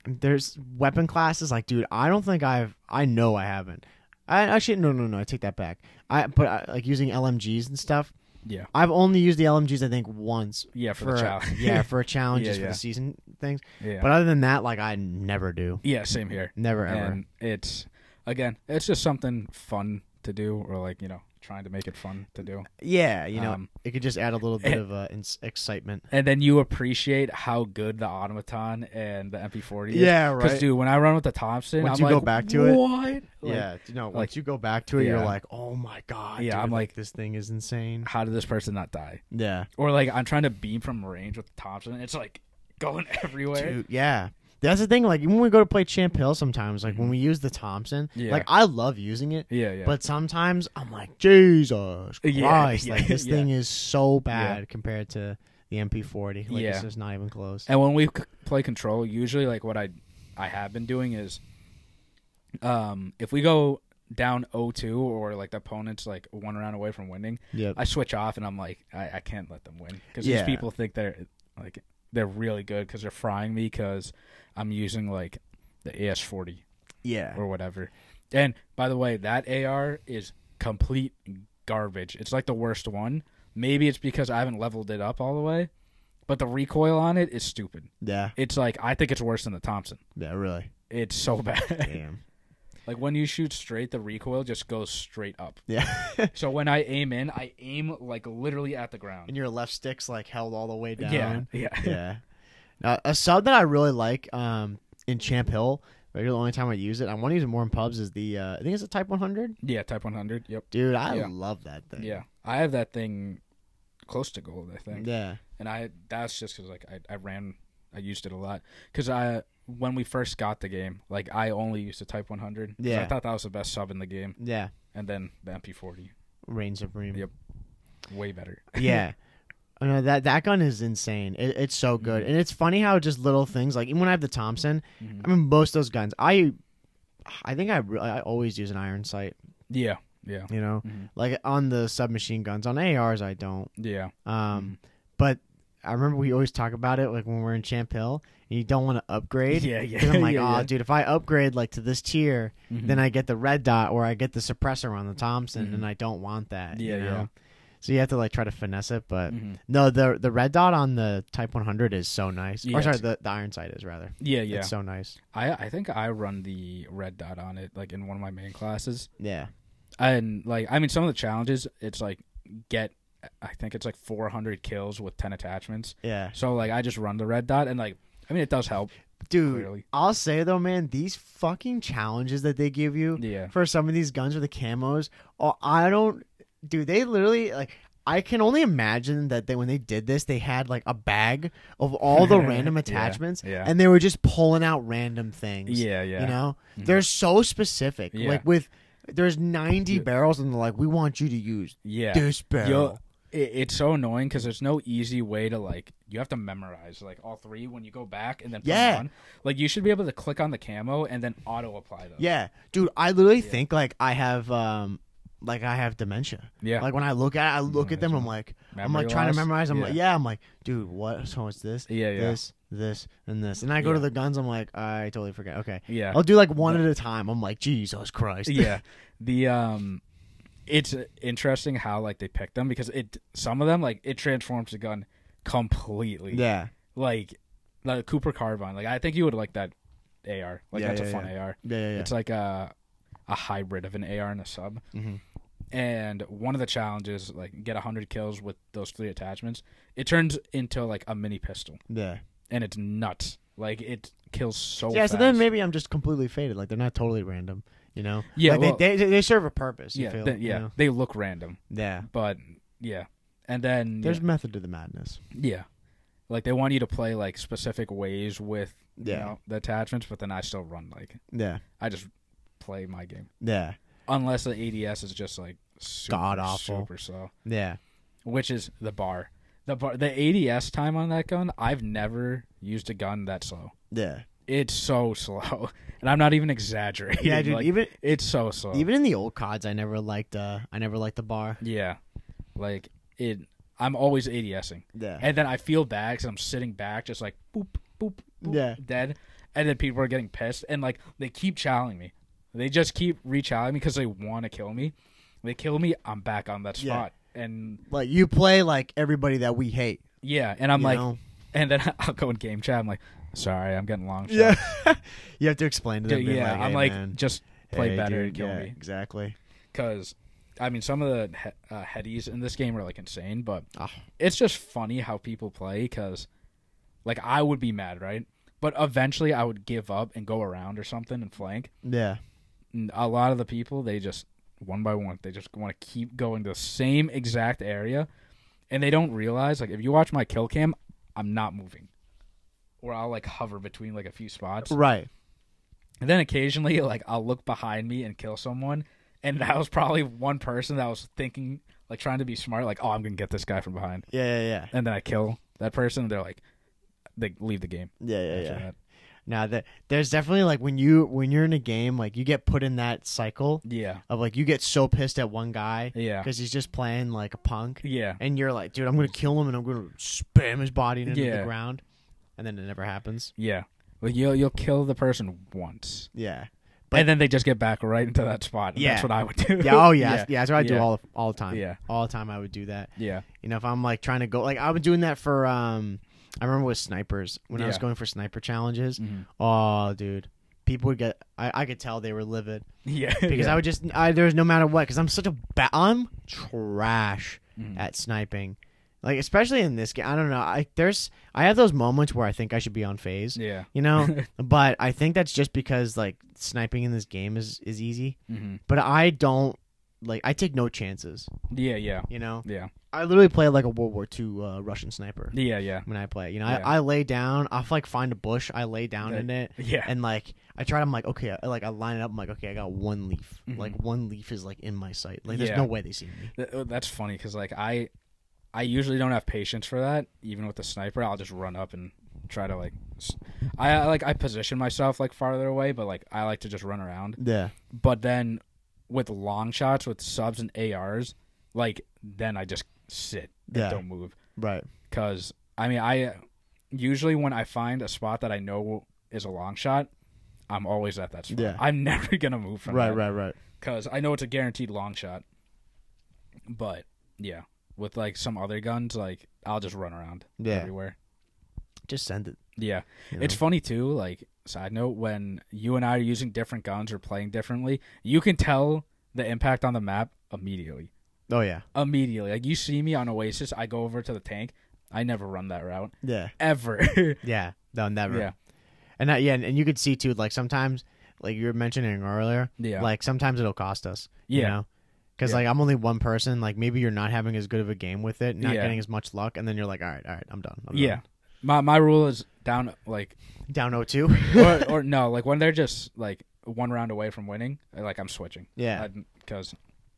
there's weapon classes. Like, dude, I don't think I've. I know I haven't. I actually no no no. I take that back. I but I, like using LMGs and stuff. Yeah, I've only used the LMGs I think once yeah. For, the child. yeah for a challenge Yeah, just for yeah. the season things. yeah. But other than that, like I never do, Yeah, same here. never ever. And it's again, it's just something fun to do, or like you know, trying to make it fun to do. yeah, you know, Um, it could just add a little bit of uh, ins- excitement. And then you appreciate how good the automaton and the MP40 is. Yeah, Because right. dude, when I run with the Thompson, Once I'm you go like, back to it, what? Like, yeah, you know, once like- you go back to it, you're Yeah. like, oh my god, Yeah, dude, I'm like- this thing is insane. how did this person not die? Yeah, Or like, I'm trying to beam from range with the Thompson. It's like going everywhere. dude, yeah. That's the thing. Like even when we go to play Champ Hill, sometimes like when we use the Thompson, Mm-hmm. Yeah. like I love using it, Yeah, yeah. but sometimes I'm like, Jesus Yeah, Christ, yeah, like this yeah. thing is so bad compared to the MP40. Like Yeah. it's just not even close. And when we c- play control, usually like what I I have been doing is um if we go down 0-2 or like the opponent's like one round away from winning, Yep. I switch off and I'm like I, I can't let them win cuz Yeah. these people think they're like they're really good cuz they're frying me cuz I'm using like the AS40 yeah, or whatever. And by the way, that AR is complete garbage. It's like the worst one. Maybe it's because I haven't leveled it up all the way, but the recoil on it is stupid yeah, it's like I think it's worse than the Thompson. yeah. Really, It's so bad. damn. like when you shoot straight, the recoil just goes straight up. Yeah. So when I aim in, I aim like literally at the ground. and your left stick's like held all the way down. Yeah, yeah, Yeah. Now, a sub that I really like um, in Champ Hill, but the only time I use it, I want to use it more in pubs, is the, uh, I think it's a Type 100. yeah. Type one hundred. Yep. Dude, I Yeah. love that thing. Yeah, I have that thing close to gold, I think. Yeah. And I that's just because like I, I ran, I used it a lot because I when we first got the game, like I only used the Type one hundred. I Yeah. thought that was the best sub in the game, Yeah. and then the MP forty, Reign Supreme. Yep. way better. Yeah. Oh, no, that that gun is insane. It, it's so Mm-hmm. good, and it's funny how just little things like even when I have the Thompson, I mean most of those guns. I, I think I re- I always use an iron sight. Yeah, Yeah. you know Mhm. like on the submachine guns on ARs I don't Yeah. um Mm-hmm. but I remember we always talk about it like when we're in Champ Hill and you don't want to upgrade Yeah, yeah, 'Cause I'm like yeah, oh yeah. dude if I upgrade like to this tier Mhm. then I get the red dot or I get the suppressor on the Thompson Mhm. and I don't want that you Yeah, yeah. know? so you have to like try to finesse it but Mhm. no the the red dot on the Type 100 is so nice Yeah, or sorry it's- the, the iron sight is rather Yeah, yeah. it's so nice I I think I run the red dot on it like in one of my main classes. yeah And like I mean some of the challenges it's like get I think it's like 400 kills with 10 attachments. yeah So like I just run the red dot and like I mean it does help dude clearly. I'll say though man these fucking challenges that they give you Yeah. for some of these guns with the camos. Oh, I don't, dude. They literally like. I can only imagine that they when they did this, they had like a bag of all the random Yeah, attachments, yeah. and they were just pulling out random things. Yeah, yeah. Mm-hmm. You know, they're so specific. Yeah. Like with there's 90 barrels, and they're like, we want you to use Yeah. this barrel. Yo, it, it's so annoying because there's no easy way to like. You have to memorize like all three when you go back and then put 'em Yeah. on. Like you should be able to click on the camo and then auto apply them. Yeah, dude. I literally think like I have um. Like I have dementia. Yeah. Like when I look at it, I look at them. I'm like, I'm like trying to Memory memorize. loss? I'm like, yeah. I'm like, dude, what? So it's this. Yeah, yeah. this, this, and this. And I go to Yeah. the guns. I'm like, I totally forget. Okay, Yeah. I'll do like one at a time. I'm like, Jesus Christ. yeah. The um, it's interesting how like they pick them because it some of them like it transforms the gun completely. yeah, Like, like Cooper Carbine. Like I think you would like that AR. Like Yeah, that's yeah, a fun AR. yeah, yeah. yeah. It's like a a hybrid of an AR and a sub. Mhm. And one of the challenges, like get hundred kills with those three attachments, it turns into like a mini pistol, yeah. and it's nuts. Like it kills so. yeah. fast. So then maybe I'm just completely faded. Like they're not totally random. You know. Yeah, Like, well- they, they they serve a purpose. You yeah, feel, then- yeah, you know? they look random, Yeah. but yeah, and then There's method to the madness. yeah, like they want you to play like specific ways with you Yeah. know, the attachments, but then I still run like Yeah. I just play my game Yeah. unless the ADS is just like super, God-awful. super slow. Yeah. which is the bar. The bar, the ADS time on that gun. I've never used a gun that slow. Yeah. It's so slow, and I'm not even exaggerating. Yeah, dude. Like, even it's so slow. even in the old cods, I never liked. Uh, I never liked the bar. yeah, like it. I'm always ADSing, Yeah. and then I feel bad because I'm sitting back, just like boop, boop, boop Yeah. dead. And then people are getting pissed, and like they keep challenging me. They just keep re-challenging me because they want to kill me. They kill me, I'm back on that Yeah. spot, and like you play like everybody that we hate. yeah, and I'm you like, know? And then I'll go in game chat. I'm like, sorry, I'm getting long shots. Yeah. you have to explain to Dude, them. be yeah. like, I'm "Hey, like, man, just play hey, better dude, and kill yeah, me. Exactly. Because, I mean, some of the he- uh, headies in this game are like insane, but Ah. it's just funny how people play. Because, like, I would be mad, right? But eventually, I would give up and go around or something and flank. Yeah. And a lot of the people, they just one by one, they just want to keep going to the same exact area, and they don't realize. Like, if you watch my kill cam, I'm not moving. Or I'll like hover between like a few spots. Right. And then occasionally, like I'll look behind me and kill someone, and that was probably one person that was thinking, like trying to be smart, like, "Oh, I'm gonna get this guy from behind," Yeah. Yeah. Yeah. and then I kill that person. And they're like, they leave the game. Yeah. Yeah. after Yeah. that. Now that there's definitely like when you when you're in a game like you get put in that cycle yeah, of like you get so pissed at one guy yeah, because he's just playing like a punk yeah, and you're like dude I'm gonna kill him and I'm gonna spam his body into Yeah. the ground and then it never happens. yeah. Like you'll you'll kill the person once, Yeah. and then they just get back right into that spot. And Yeah. that's what I would do. Yeah. Oh yeah. Yeah. yeah, that's what I do yeah. all the, all the time. Yeah. All the time I would do that. yeah, You know, if I'm like trying to go, like I've been doing that for, um, I remember with snipers when I was Yeah. going for sniper challenges. Mhm. Oh, dude, people would get, I, I could tell they were livid yeah. Mm-hmm. because yeah. I would just, I, there was no matter what, because I'm such a, ba- I'm trash Mhm. at sniping. Like, especially in this game, I don't know. I, there's, I have those moments where I think I should be on phase, yeah. you know, but I think that's just because like sniping in this game is, is easy, Mhm. but I don't like, I take no chances, yeah, yeah, you know, yeah, I literally play like a World War II uh, Russian sniper yeah, yeah, when I play. You know, Yeah. I, I lay down. I like find a bush. I lay down Yeah. in it, yeah. and like I try. I'm like okay, I- like I line it up. I'm like okay, I got one leaf. Mhm. Like one leaf is like in my sight. Like there's Yeah. no way they see me. Th- uh, That's funny because like I, I usually don't have patience for that. Even with the sniper, I'll just run up and try to like, s- I I, like I position myself like farther away, but like I like to just run around. Yeah, But then with long shots with subs and ARs, like then I just sit and Yeah. don't move. Right. Cause I mean I usually when I find a spot that I know is a long shot, I'm always at that spot. Yeah. I'm never gonna move from Right. that Right. Right. because I know it's a guaranteed long shot. But yeah, with like some other guns, like I'll just run around Yeah. everywhere. Just send it. Yeah, you it's know? funny too. Like side note, when you and I are using different guns or playing differently, you can tell the impact on the map immediately. oh yeah. Immediately, like you see me on Oasis, I go over to the tank. I never run that route Yeah. ever. Yeah. No. Never. yeah, And that, yeah, and, and you could see too, like sometimes, like you were mentioning earlier, yeah, like sometimes it'll cost us. You Yeah. know? Because Yeah. like I'm only one person, like maybe you're not having as good of a game with it, not Yeah. getting as much luck, and then you're like, all right, all right, I'm done. I'm yeah. My my rule is down like done. down 02. or, or no, like when they're just like one round away from winning, like I'm switching. yeah, because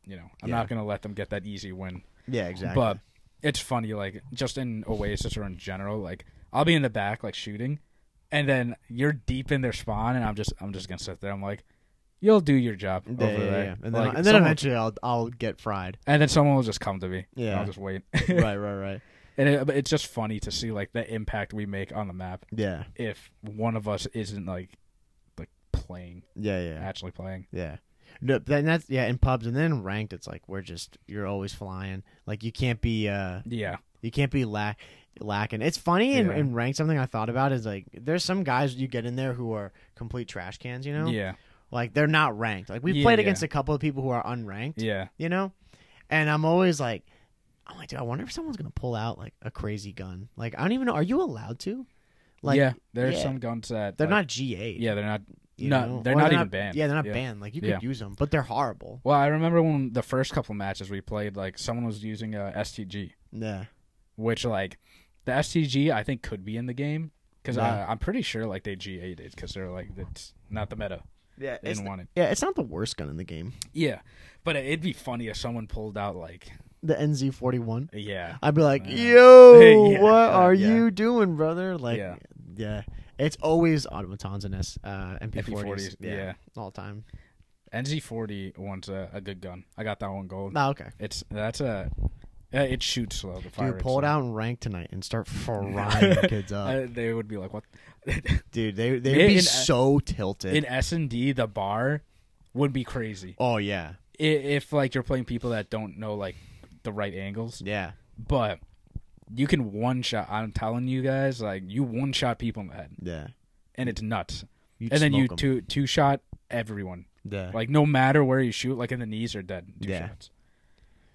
you know I'm Yeah. not gonna let them get that easy win. yeah, exactly. But it's funny, like just in Oasis or in general, like I'll be in the back like shooting, and then you're deep in their spawn, and I'm just I'm just gonna sit there. I'm like, you'll do your job yeah, over yeah, there, yeah. and then, Like, and then someone- eventually I'll I'll get fried. and then someone will just come to me. and Yeah. I'll just wait. right, right, right. and it, but it's just funny to see like the impact we make on the map Yeah, if one of us isn't like like playing yeah, yeah, actually playing. yeah. No, then that's yeah in pubs and then ranked. It's like we're just you're always flying. Like you can't be uh Yeah, You can't be lack lacking. It's funny and, Yeah. and ranked something I thought about is like there's some guys you get in there who are complete trash cans, you know? yeah, Like they're not ranked. Like we've Yeah, played yeah. against a couple of people who are unranked, yeah, you know? And I'm always like I'm like, dude, I wonder if someone's gonna pull out like a crazy gun. Like I don't even know are you allowed to? Like yeah. There's yeah. some guns that they're like, not GA. Yeah, they're not. you no, know? they're Or not even banned. Yeah, they're not Yeah. banned. Like you could Yeah. use them, but they're horrible. Well, I remember when the first couple matches we played, like someone was using uh, a STG, Yeah. which like the STG I think could be in the game because Yeah. I'm pretty sure like they GA'd it because they're like it's not the meta. Yeah. They It's didn't want it. yeah, it's not the worst gun in the game. Yeah, but it'd be funny if someone pulled out like The NZ forty one. yeah, I'd be like, Yeah. "Yo, Yeah, what uh, are yeah. you doing, brother?" Like, yeah, Yeah. it's always automatons and S, uh, MP40s, MP40s. Yeah. all the time. NZ40 one's a, a good gun. I got that one gold. Oh, okay, It's that's a uh, it shoots slow. The fire dude, pull it rate's out and rank tonight and start frying kids low. up, Uh, they would be like, what? dude. They they'd be in- so tilted. In S uh, and D, the bar would be crazy. oh yeah, i- if like you're playing people that don't know like the right angles, yeah, but you can one shot. I'm telling you guys, like you one shot people in the head, yeah. and it's nuts. You'd and then you smoke 'em. two two shot everyone, yeah, like no matter where you shoot, like in the knees or dead. Two Yeah. shots.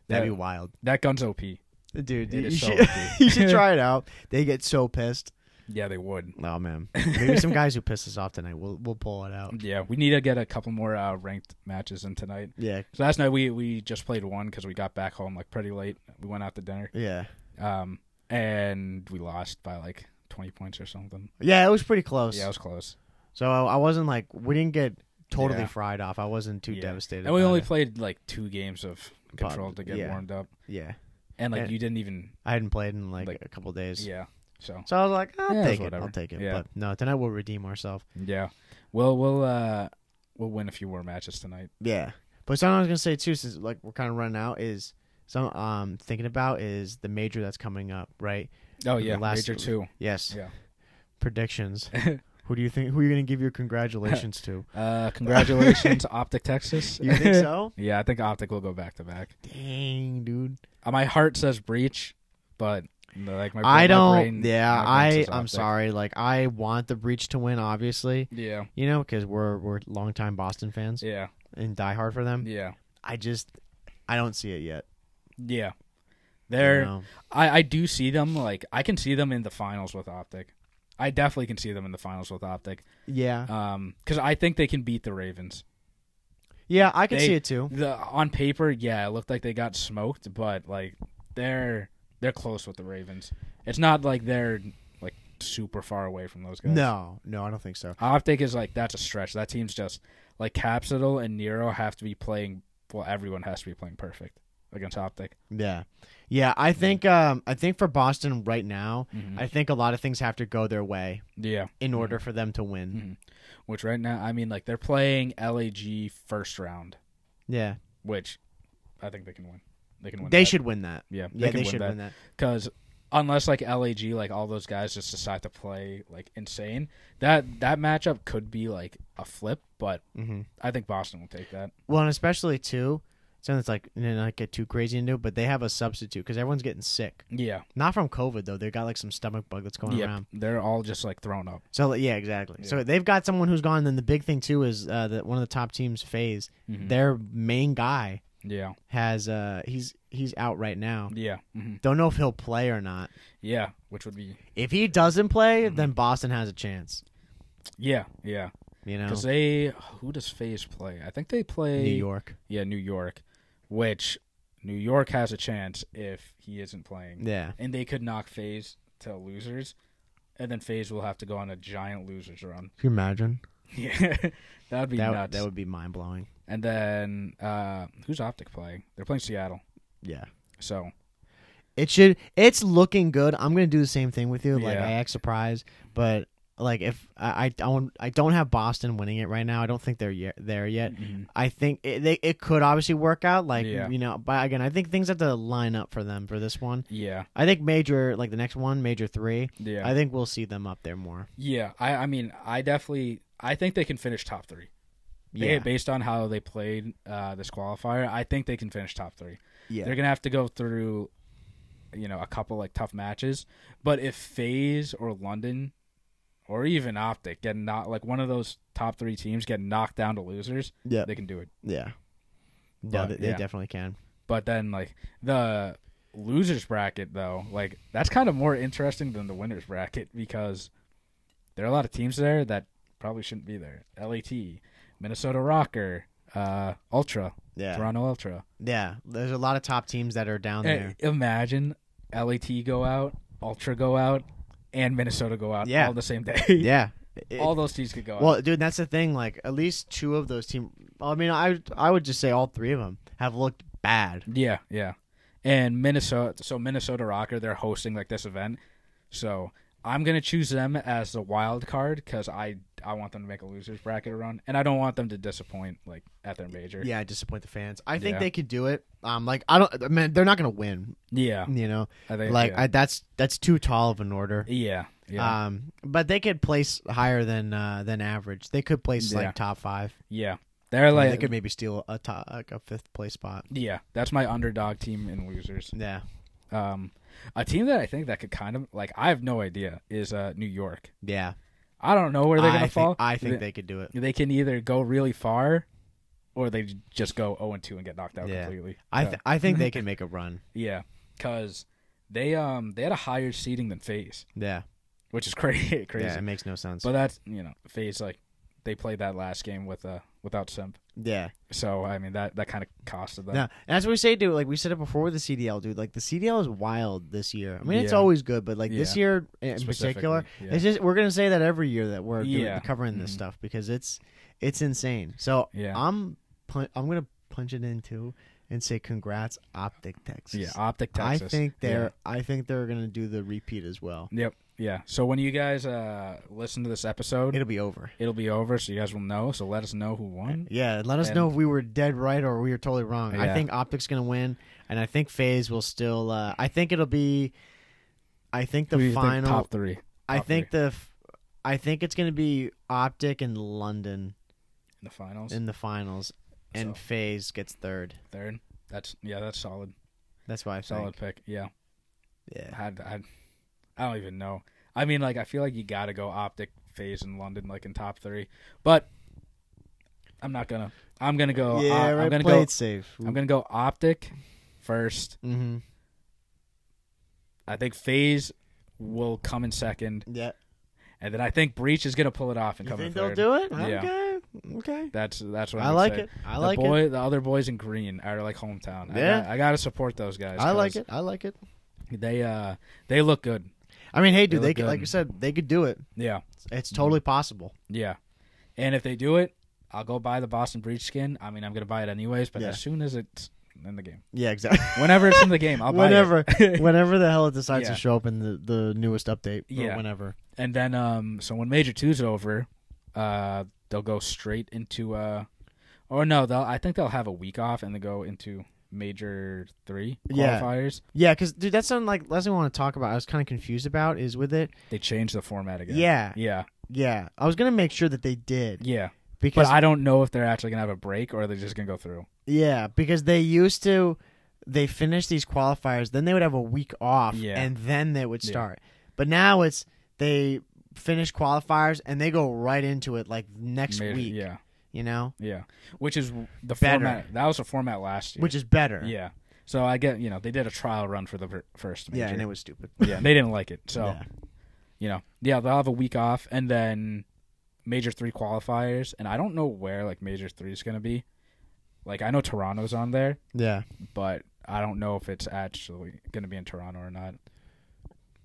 that'd be that- wild, That gun's OP. dude. It You, is you so should OP. you should try it out. They get so pissed. Yeah, they would. Oh man, maybe some guys who piss us off tonight. We'll we'll pull it out. Yeah, we need to get a couple more uh, ranked matches in tonight. Yeah, So last night we we just played one because we got back home like pretty late. We went out to dinner, yeah. um, and we lost by like twenty points or something. Yeah, it was pretty close. Yeah, it was close. So I I wasn't like we didn't get totally Yeah. fried off. I wasn't too Yeah. devastated. And we about only it. played like two games of control to get yeah. warmed up, yeah. and like And- you didn't even I hadn't played in like, Like- a couple days. yeah. So So I was like, I'll Yeah, it was take it. I'll whatever. take it. Yeah. But no, tonight we'll redeem ourselves. yeah, we'll we'll uh we'll win a few more matches tonight. Yeah. But something I was gonna say too, since like we're kind of running out, is some um thinking about is the major that's coming up, right? Oh The yeah, last- major two. Yes. Yeah. Predictions. who do you think? Who are you gonna give your congratulations to? Uh, congratulations, Optic Texas. You think so? yeah, I think Optic will go back to back. Dang, dude. Uh, my heart says Breach, but like my I my don't. brain- yeah, my brain I. says I'm Optic. sorry. Like I want the breach to win, obviously. Yeah, you know, because we're we're longtime Boston fans yeah, and die hard for them. yeah, I just I don't see it yet. yeah. you They're know? I, I do see them like I can see them in the finals with Optic. I definitely can see them in the finals with Optic. yeah, Um, because I think they can beat the Ravens. yeah, I can they- see it too. The on paper, yeah, it looked like they got smoked, but like they're they're close with the Ravens. It's not like they're like super far away from those guys. No, no, I don't think so. Optic is like that's a stretch. That team's just like Capsidal and Nero have to be playing. Well, everyone has to be playing perfect against Optic. Yeah, yeah, I think um I think for Boston right now, Mhm. I think a lot of things have to go their way yeah, in order Mm. for them to win. Mhm. which right now, I mean, like they're playing LAG first round. Yeah, which I think they can win. They can win. they that. should win that. Yeah, they Yeah, can they win should that. win that. Because unless like LAG, like all those guys just decide to play like insane, that that matchup could be like a flip. But hmm I think Boston will take that. Well, and especially too, something that's like and not get too crazy into, it, but they have a substitute because everyone's getting sick. Yeah, Not from COVID though; they got like some stomach bug that's going yeah, around. they're all just like thrown up. So like, yeah, exactly. Yeah. So they've got someone who's gone. Then the big thing too is uh, that one of the top teams, Phase, Mhm. their main guy Yeah, has uh he's he's out right now. yeah, hmm Don't know if he'll play or not. yeah. Which would be If he doesn't play, then Boston has a chance. yeah, yeah. You know, Because they who does Phase play? I think they play New York. Yeah, New York. Which New York has a chance if he isn't playing. Yeah, and they could knock Phase to losers, and then Phase will have to go on a giant losers run. can you imagine? Yeah, that'd be That nuts. that would be mind blowing. And then uh, who's Optic playing? They're playing Seattle, Yeah. so It should. It's looking good. I'm gonna do the same thing with you. Like Yeah. I act surprised, but like if I I don't I don't have Boston winning it right now. I don't think they're yet, there yet. Mhm. I think it, they it could obviously work out. Like Yeah. you know, but again, I think things have to line up for them for this one. yeah, I think major like the next one, major three. yeah, I think we'll see them up there more. yeah. I, I mean, I definitely, I think they can finish top three. They- Yeah, based on how they played uh, this qualifier, I think they can finish top three. yeah. They're gonna have to go through, you know, a couple like tough matches. But if Phase or London, or even Optic get not like one of those top three teams get knocked down to losers, yeah, they can do it. yeah, But, they, they yeah. definitely can. But then like the losers bracket though, like that's kind of more interesting than the winners bracket because there are a lot of teams there that probably shouldn't be there. LAT, Minnesota Rocker, uh, Ultra, Yeah, Toronto Ultra. yeah. There's a lot of top teams that are down Eh, there. Imagine LAT go out, Ultra go out, and Minnesota go out Yeah. all the same day. Yeah, It- all those teams could go out. Well, dude, that's the thing. Like, at least two of those teams. I mean, I I would just say all three of them have looked bad. Yeah, yeah. And Minnesota, so Minnesota Rocker, they're hosting like this event. So I'm gonna choose them as the wild card because I I want them to make a losers bracket run, and I don't want them to disappoint like at their major. Yeah, I disappoint the fans. I think Yeah. they could do it. Um, like I don't. I mean, they're not gonna win. yeah. You know, I think, like yeah. I, that's that's too tall of an order. yeah, yeah, Um, but they could place higher than uh than average. They could place Yeah. like top five. yeah. They're Like, like, they could maybe steal a top like a fifth place spot. yeah. That's my underdog team in losers. Yeah, Um, a team that I think that could kind of like I have no idea is uh New York. yeah. I don't know where they're I gonna think, fall. I think they could do it. they can either go really far, or they just go zero and two and get knocked out Yeah. completely. I So, th- I think they can make a run. yeah, because they um they had a higher seeding than Phase, Yeah, which is crazy crazy. yeah. It makes no sense. But that's you know Phase like they played that last game with uh without Simp, yeah. so I mean that that kind of costed them. No, and that's what we say, dude. Like we said it before with the CDL, dude. Like the CDL is wild this year. I mean, it's Yeah. always good, but like this Yeah. year in particular, Specifically, yeah. it's just we're gonna say that every year that we're doing- Yeah. covering this Mhm. stuff because it's it's insane. So Yeah. I'm pun- I'm gonna punch it in too and say congrats, Optic Texas. Yeah, Optic Texas. I think Yeah. they're I think they're gonna do the repeat as well. Yep. Yeah. So when you guys uh listen to this episode, It'll be over. it'll be over, so you guys will know. So let us know who won. Yeah, let us And- know if we were dead right or we were totally wrong. Yeah. I think Optic's gonna win, and I think Phase will still. Uh, I think it'll be. I think Who do the you think final. top three. I top think the. f- I think it's gonna be Optic and London in the finals. in the finals, and So- Phase gets third. Third. That's yeah, that's solid. That's why I Solid think. pick. Yeah. I Yeah. had I, I don't even know. I mean like I feel like you gotta go optic phase in London like in top three. But I'm not gonna uh, I'm gonna go yeah, I, right. am gonna play go it safe. I'm gonna go optic first. Mm-hmm. I think phase will come in second. Yeah. And then I think Breach is gonna pull it off and You come in think third. they'll do it? Yeah. Okay. Okay. That's that's what I I'm like saying. it. I like the it. boy, the other boys in green are like hometown. I, Yeah. got, I gotta support those guys. I like 'cause it. I like it. They uh, they look good. I mean, hey, dude, They they, look could, good. Mm-hmm. like I said, they could do it. Yeah, It's totally possible. yeah. And if they do it, I'll go buy the Boston Breach skin. I mean, I'm gonna buy it anyways. But Yeah. as soon as it's in the game, Yeah, exactly. whenever it's in the game, I'll whenever, buy it. whenever the hell it decides Yeah. to show up in the, the newest update. or Yeah. whenever. and then um, so when Major Two's over, uh, they'll go straight into uh, Or no, they'll. I think they'll have a week off and then go into major three Yeah. qualifiers. Yeah, because dude, that's something like that's what I want to talk about. I was kind of confused about is with it. They changed the format again. Yeah, Yeah. yeah. I was gonna make sure that they did Yeah. because But I don't know if they're actually gonna have a break or they're just gonna go through. yeah, because they used to they finish these qualifiers, then they would have a week off, Yeah. and then they would Yeah. start. But now it's they finish qualifiers and they go right into it like next Major- week. Yeah. You know, Yeah. Which is w- the Better. format. That was the format last year. which is better. yeah. So I get you know they did a trial run for the fir- first major. yeah, and it was stupid. yeah. and They didn't like it. So Yeah. you know yeah they'll have a week off and then major three qualifiers and I don't know where like major three is gonna be. Like I know Toronto's on there, yeah. but I don't know if it's actually gonna be in Toronto or not.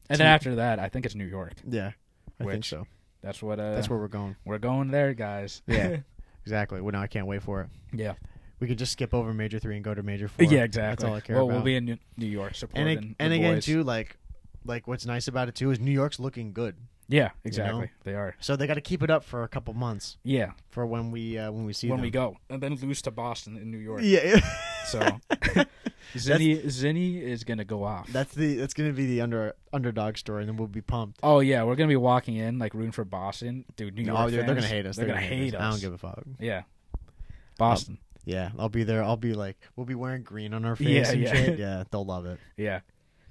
And So- then after that, I think it's New York. Yeah, I think Which- so. That's what uh, That's where we're going. we're going there, guys. Yeah. Exactly. Well, no, I can't wait for it. yeah. We could just skip over major three and go to major four. Yeah, exactly. That's all I care well, about. we'll be in New New York and supporting ag- and the again boys. too, like like what's nice about it too is New York's looking good, Yeah, exactly. They are. so they got to keep it up for a couple months Yeah, for when we uh, when we see when them. we go and then lose to Boston in New York. yeah, So Zinni Zinni is gonna go off. that's the that's gonna be the under underdog story, and then we'll be pumped. oh yeah, we're gonna be walking in like rooting for Boston, dude. New York. oh, dude, they're gonna fans, hate us. They're, gonna, hate us. I don't give a fuck. Yeah, Boston. Yeah, I'll be there. I'll be like, we'll be wearing green on our face Yeah, and yeah. shit. Yeah, they'll love it. Yeah.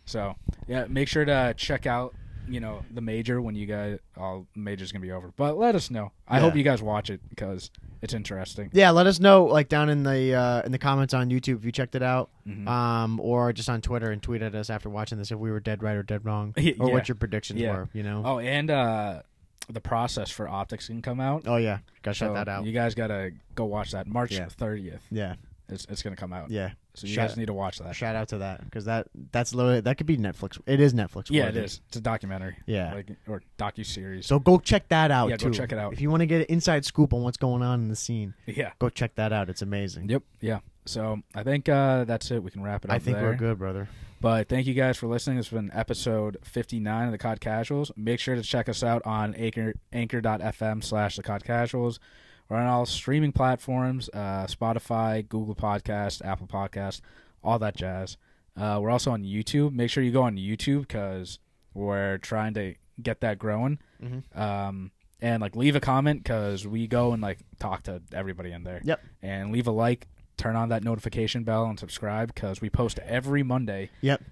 So yeah, make sure to check out you know the major when you guys all major's gonna be over. But let us know. I Yeah. hope you guys watch it because it's interesting. Yeah, let us know like down in the uh, in the comments on YouTube if you checked it out, Mhm. um, or just on Twitter and tweet at us after watching this if we were dead right or dead wrong, or Yeah. what your predictions Yeah. were. You know. Oh, and uh, the process for optics can come out. Oh yeah, gotta shut So that out. You guys gotta go watch that March Yeah. thirtieth. yeah, It's it's gonna come out. yeah. So you Shout- guys need to watch that. Shout out to that because that that's literally that could be Netflix. It is Netflix. yeah, it worthy. is. It's a documentary. Yeah. Like or docu series. So go check that out. Yeah, go too. check it out. If you want to get an inside scoop on what's going on in the scene, yeah. go check that out. It's amazing. Yep. Yeah. So I think uh, that's it. We can wrap it up. I think there. we're good, brother. But thank you guys for listening. This has been episode 59 of the Cod Casuals. Make sure to check us out on anchor, anchor.fm slash the Cod Casuals. We're on all streaming platforms uh, Spotify, Google Podcast, Apple Podcast, all that jazz. Uh, we're also on YouTube. Make sure you go on YouTube because we're trying to get that growing. Um, and like leave a comment because we go and like talk to everybody in there. Yep. And leave a like, turn on that notification bell, and subscribe because we post every Monday Yep.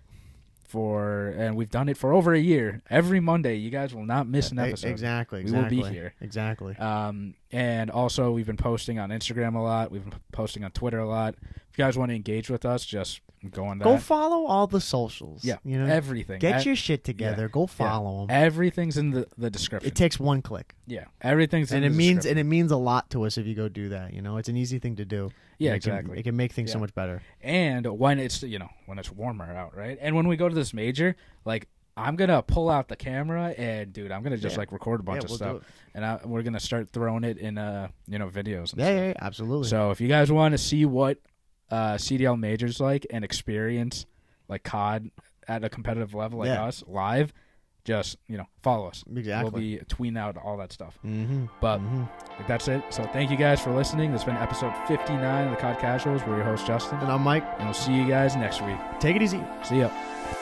for and we've done it for over a year. Every Monday, you guys will not miss an E- episode. Exactly. We will be Exactly. here. Exactly. Um, and also we've been posting on Instagram a lot. We've been posting on Twitter a lot. If you guys want to engage with us, just go on that. Go follow all the socials. yeah, You know, everything. get E- your shit together. Go follow them. everything's in the the description. It takes one click, yeah, everything's in and the it means description. and it means a lot to us if you go do that. You know, it's an easy thing to do. Yeah, And it can- exactly. it can make things so Yeah. much better. and when it's you know when it's warmer out, right? And when we go to this major, like. I'm gonna pull out the camera and dude, I'm gonna just Yeah. like record a bunch Yeah, of we'll do stuff, and I, we're gonna start throwing it in uh you know videos. And Yeah, stuff. yeah, yeah, absolutely. So if you guys want to see what uh, CDL majors like and experience like COD at a competitive level like Yeah. us live, just you know follow us. Exactly. We'll be tweeting out all that stuff. mm-hmm. But that's it. So thank you guys for listening. This has been episode 59 of the COD Casuals. We're your host Justin, And I'm Mike. and we'll see you guys next week. Take it easy. See ya.